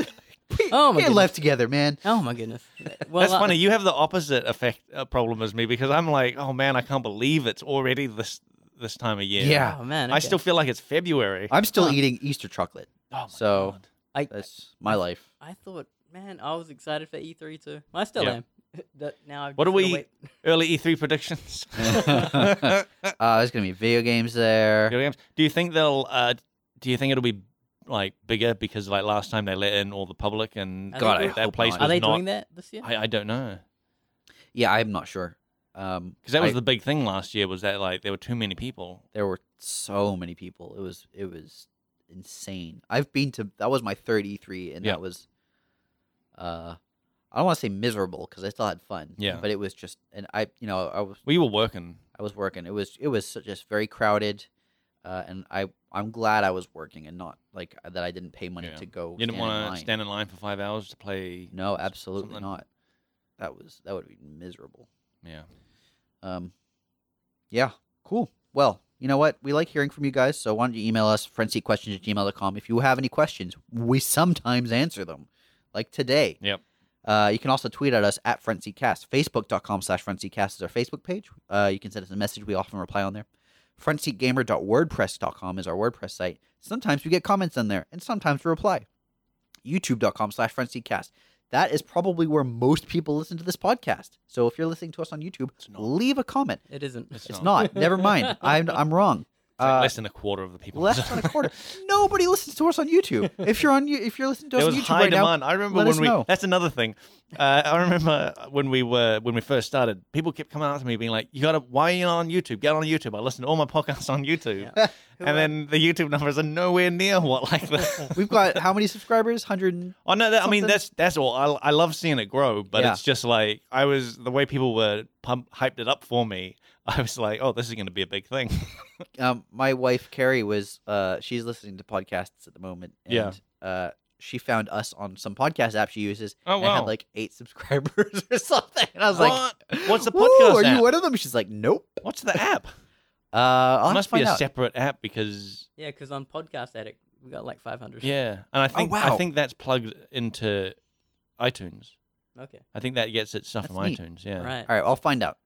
S2: Get
S1: Oh my
S2: your
S1: goodness.
S2: life together, man.
S1: Oh my
S3: [laughs]
S1: goodness. Well, uh,
S3: That's
S1: I-
S3: funny. You have the opposite effect uh, problem as me because I'm like, oh man, I can't believe it's already this this time of year.
S2: Yeah.
S1: Oh man.
S3: I
S1: okay.
S3: still feel like it's February.
S2: I'm still
S1: Huh.
S2: eating Easter chocolate.
S3: oh my
S2: so-
S3: God.
S1: I,
S2: That's my life.
S1: I thought, man, I was excited for E3 too. I still
S3: Yeah.
S1: am. [laughs] That- now I've
S3: What
S1: just
S3: are
S1: gotta
S3: we-
S1: wait.
S3: early E3
S2: [laughs]
S3: predictions.
S2: uh, there's gonna be video games there.
S3: Video games. Do you think they'll? Uh, do you think it'll be like bigger because like last time they let in all the public and
S1: I
S3: God,
S1: think
S3: that, that
S2: hope
S3: place
S2: not.
S1: Are
S3: was
S1: they
S3: not.
S1: doing that this year?
S3: I, I don't know
S2: Yeah, I'm not sure. Um,
S3: because that was
S2: I-
S3: the big thing last year was that like there were too many people.
S2: there were so many people. It was it was insane. I've been to that was my third E3, and
S3: Yeah.
S2: that was uh, I don't want to say miserable because I still had fun.
S3: Yeah.
S2: but it was just, and I you know I was
S3: We were working.
S2: I was working. It was it was so- just very crowded, uh, and I I'm glad I was working and not like that I didn't pay money
S3: Yeah.
S2: to go.
S3: You didn't
S2: want
S3: want to stand in line for five hours to play.
S2: No, absolutely
S3: something.
S2: not. That was that would be miserable.
S3: Yeah.
S2: Um, yeah, cool. Well, you know what? We like hearing from you guys, so why don't you email us, friendseatquestions at gmail.com. If you have any questions, we sometimes answer them, like today.
S3: Yep.
S2: Uh, you can also tweet at us at FrontSeatCast. Facebook.com slash FrontSeatCast is our Facebook page. Uh, you can send us a message. We often reply on there. FrontSeatGamer.wordpress.com is our WordPress site. Sometimes we get comments on there, and sometimes we reply. YouTube.com slash FrontSeatCast. That is probably where most people listen to this podcast. So if you're listening to us on YouTube,
S3: It's not.
S2: leave a comment.
S1: It isn't.
S3: It's
S2: It's
S3: not.
S2: not. Never
S3: [laughs]
S2: mind. I'm I'm wrong.
S3: It's like
S2: Uh,
S3: less than a quarter of the people.
S2: less than a
S3: [laughs]
S2: quarter. Nobody listens to us on YouTube. If you're on, you- if you're listening to us
S3: there
S2: on
S3: was
S2: YouTube
S3: high
S2: right
S3: demand.
S2: now,
S3: I remember
S2: let
S3: when
S2: us
S3: we.
S2: know.
S3: That's another thing. Uh, I remember when we were when we first started. People kept coming out to me being like, "You gotta why are you not on YouTube? Get on YouTube." I listen to all my podcasts on YouTube,
S2: [laughs]
S1: Yeah.
S3: and then the YouTube numbers are nowhere near what like the. [laughs]
S2: we've got how many subscribers? Hundred. and-
S3: oh no! That, I mean,
S2: Something-
S3: that's that's all. I, I love seeing it grow, but
S2: Yeah.
S3: it's just like I was the way people were pump, hyped it up for me. [laughs] I was like, "Oh, this is going to be a big thing."
S2: Um, my wife Carrie was. Uh, she's listening to podcasts at the moment. And,
S3: Yeah.
S2: Uh, she found us on some podcast app she uses.
S3: [laughs] Oh
S2: and had
S3: wow!
S2: like eight subscribers [laughs] or something. And I was like,
S3: What's the
S2: "Woo,
S3: podcast
S2: Are
S3: app?"
S2: you one of them? She's like, nope.
S3: What's the app?
S2: Uh, I'll have
S3: It
S2: to
S3: must be
S2: find
S3: a
S2: out.
S3: separate app because
S1: Yeah, because on Podcast Addict we got like 500.
S3: Yeah, and I think
S2: Oh, wow.
S3: I think that's plugged into iTunes.
S1: Okay.
S3: I think that gets its stuff
S2: That's
S3: from
S2: neat.
S3: iTunes. Yeah,
S1: Right.
S2: All right, I'll find out.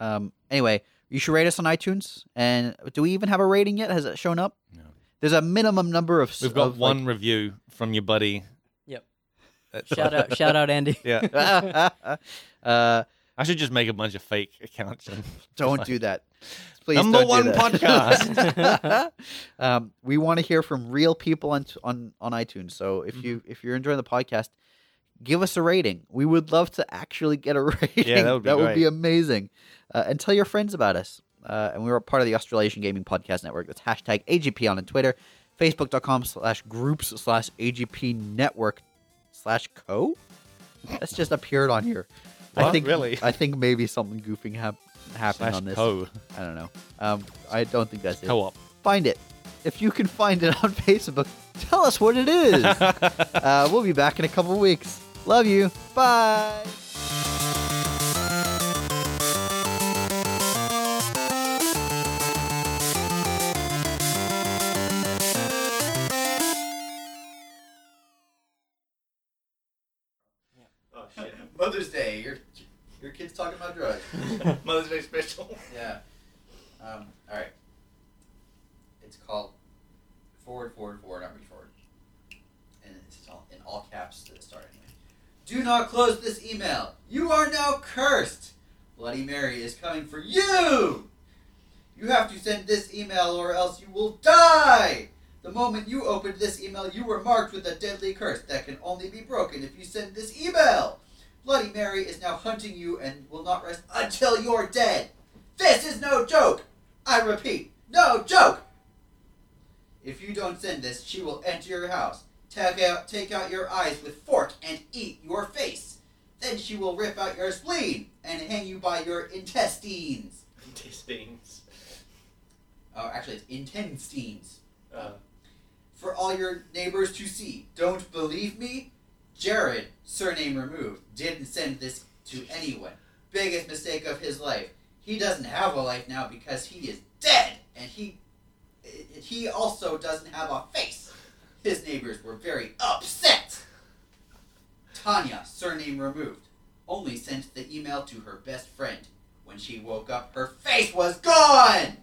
S2: Um, anyway, you should rate us on iTunes. And do we even have a rating yet? Has it shown up?
S3: No.
S2: There's a minimum number of. s-
S3: we've got
S2: of,
S3: one
S2: like-
S3: review from your buddy.
S1: Yep.
S3: That's
S1: Shout out, shout out,
S3: [laughs]
S1: Andy.
S3: Yeah,
S2: [laughs]
S3: [laughs]
S2: uh,
S3: I should just make a bunch of fake accounts. And
S2: [laughs] don't do that. Please
S3: Number
S2: don't do
S3: one
S2: that. podcast. [laughs] um,
S3: Mm-hmm.
S2: we want to hear from real people on t- on on iTunes. So if you if you're enjoying the podcast, give us a rating. We would love to actually get a [laughs] rating.
S3: that would be great.
S2: amazing. Uh, and tell your friends about us. Uh, and we were part of the Australasian Gaming Podcast Network. That's hashtag AGP on Twitter, facebook.com slash groups slash AGP network slash co. That's just appeared on here. I
S3: What?
S2: think
S3: Really?
S2: I think maybe something goofing hap- happened
S3: Slash
S2: on this.
S3: co
S2: I don't know. Um, I don't think that's it [laughs]
S3: co-op.
S2: find it. If you can find it [laughs] on Facebook, tell us what it
S3: [laughs]
S2: is. uh, we'll be back in a couple weeks. Love you. Bye. Oh, Mother's Day. Your your kids talking about drugs.
S3: Mother's Day special.
S2: Yeah. Um, all right. It's called forward, forward, forward, not reach forward. And it's all in all caps to the start anyway. Do not close this email. You are now cursed. Bloody Mary is coming for you. You have to send this email or else you will die. The moment you opened this email, you were marked with a deadly curse that can only be broken if you send this email. Bloody Mary is now hunting you and will not rest until you're dead. This is no joke! I repeat, no joke! If you don't send this, she will enter your house, take out, take out your eyes with fork, and eat your face. Then she will rip out your spleen and hang you by your intestines.
S3: Intestines.
S2: Oh, actually, it's intestines. For all your neighbors to see. Don't believe me? Jared, surname removed, didn't send this to anyone. Biggest mistake of his life. He doesn't have a life now because he is dead, and he he also doesn't have a face. His neighbors were very upset. Tanya, surname removed, only sent the email to her best friend. When she woke up, her face was gone.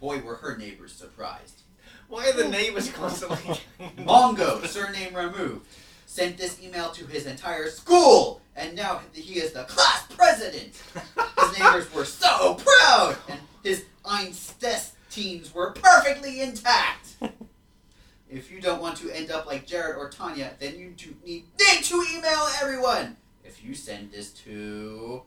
S2: Boy, were her neighbors surprised.
S3: Why are the neighbors constantly?
S2: [laughs] Mongo, surname removed, sent this email to his entire school, and now he is the class president. His neighbors were so proud, and his Einsteins were perfectly intact. If you don't want to end up like Jared or Tanya, then you do need, need to email everyone. If you send this to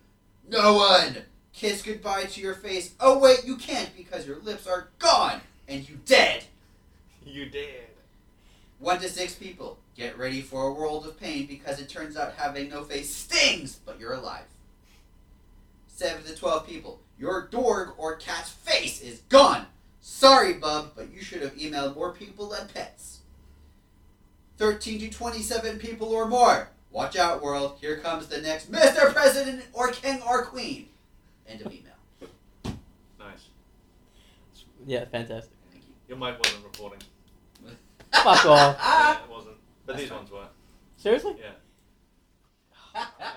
S2: no one, kiss goodbye to your face. Oh wait, you can't because your lips are gone and you dead.
S3: you did.
S2: One to six people. Get ready for a world of pain because it turns out having no face stings, but you're alive. Seven to twelve people. Your dorg or cat's face is gone. Sorry, bub, but you should have emailed more people than pets. Thirteen to twenty-seven people or more. Watch out, world. Here comes the next Mr. President or King or Queen. End of email.
S3: Nice.
S1: Yeah, fantastic.
S2: Thank you.
S3: Your mic wasn't recording.
S1: Fuck off.
S2: [laughs]
S3: it wasn't. Ah. But
S2: That's fine.
S3: ones were.
S1: Seriously?
S3: Yeah.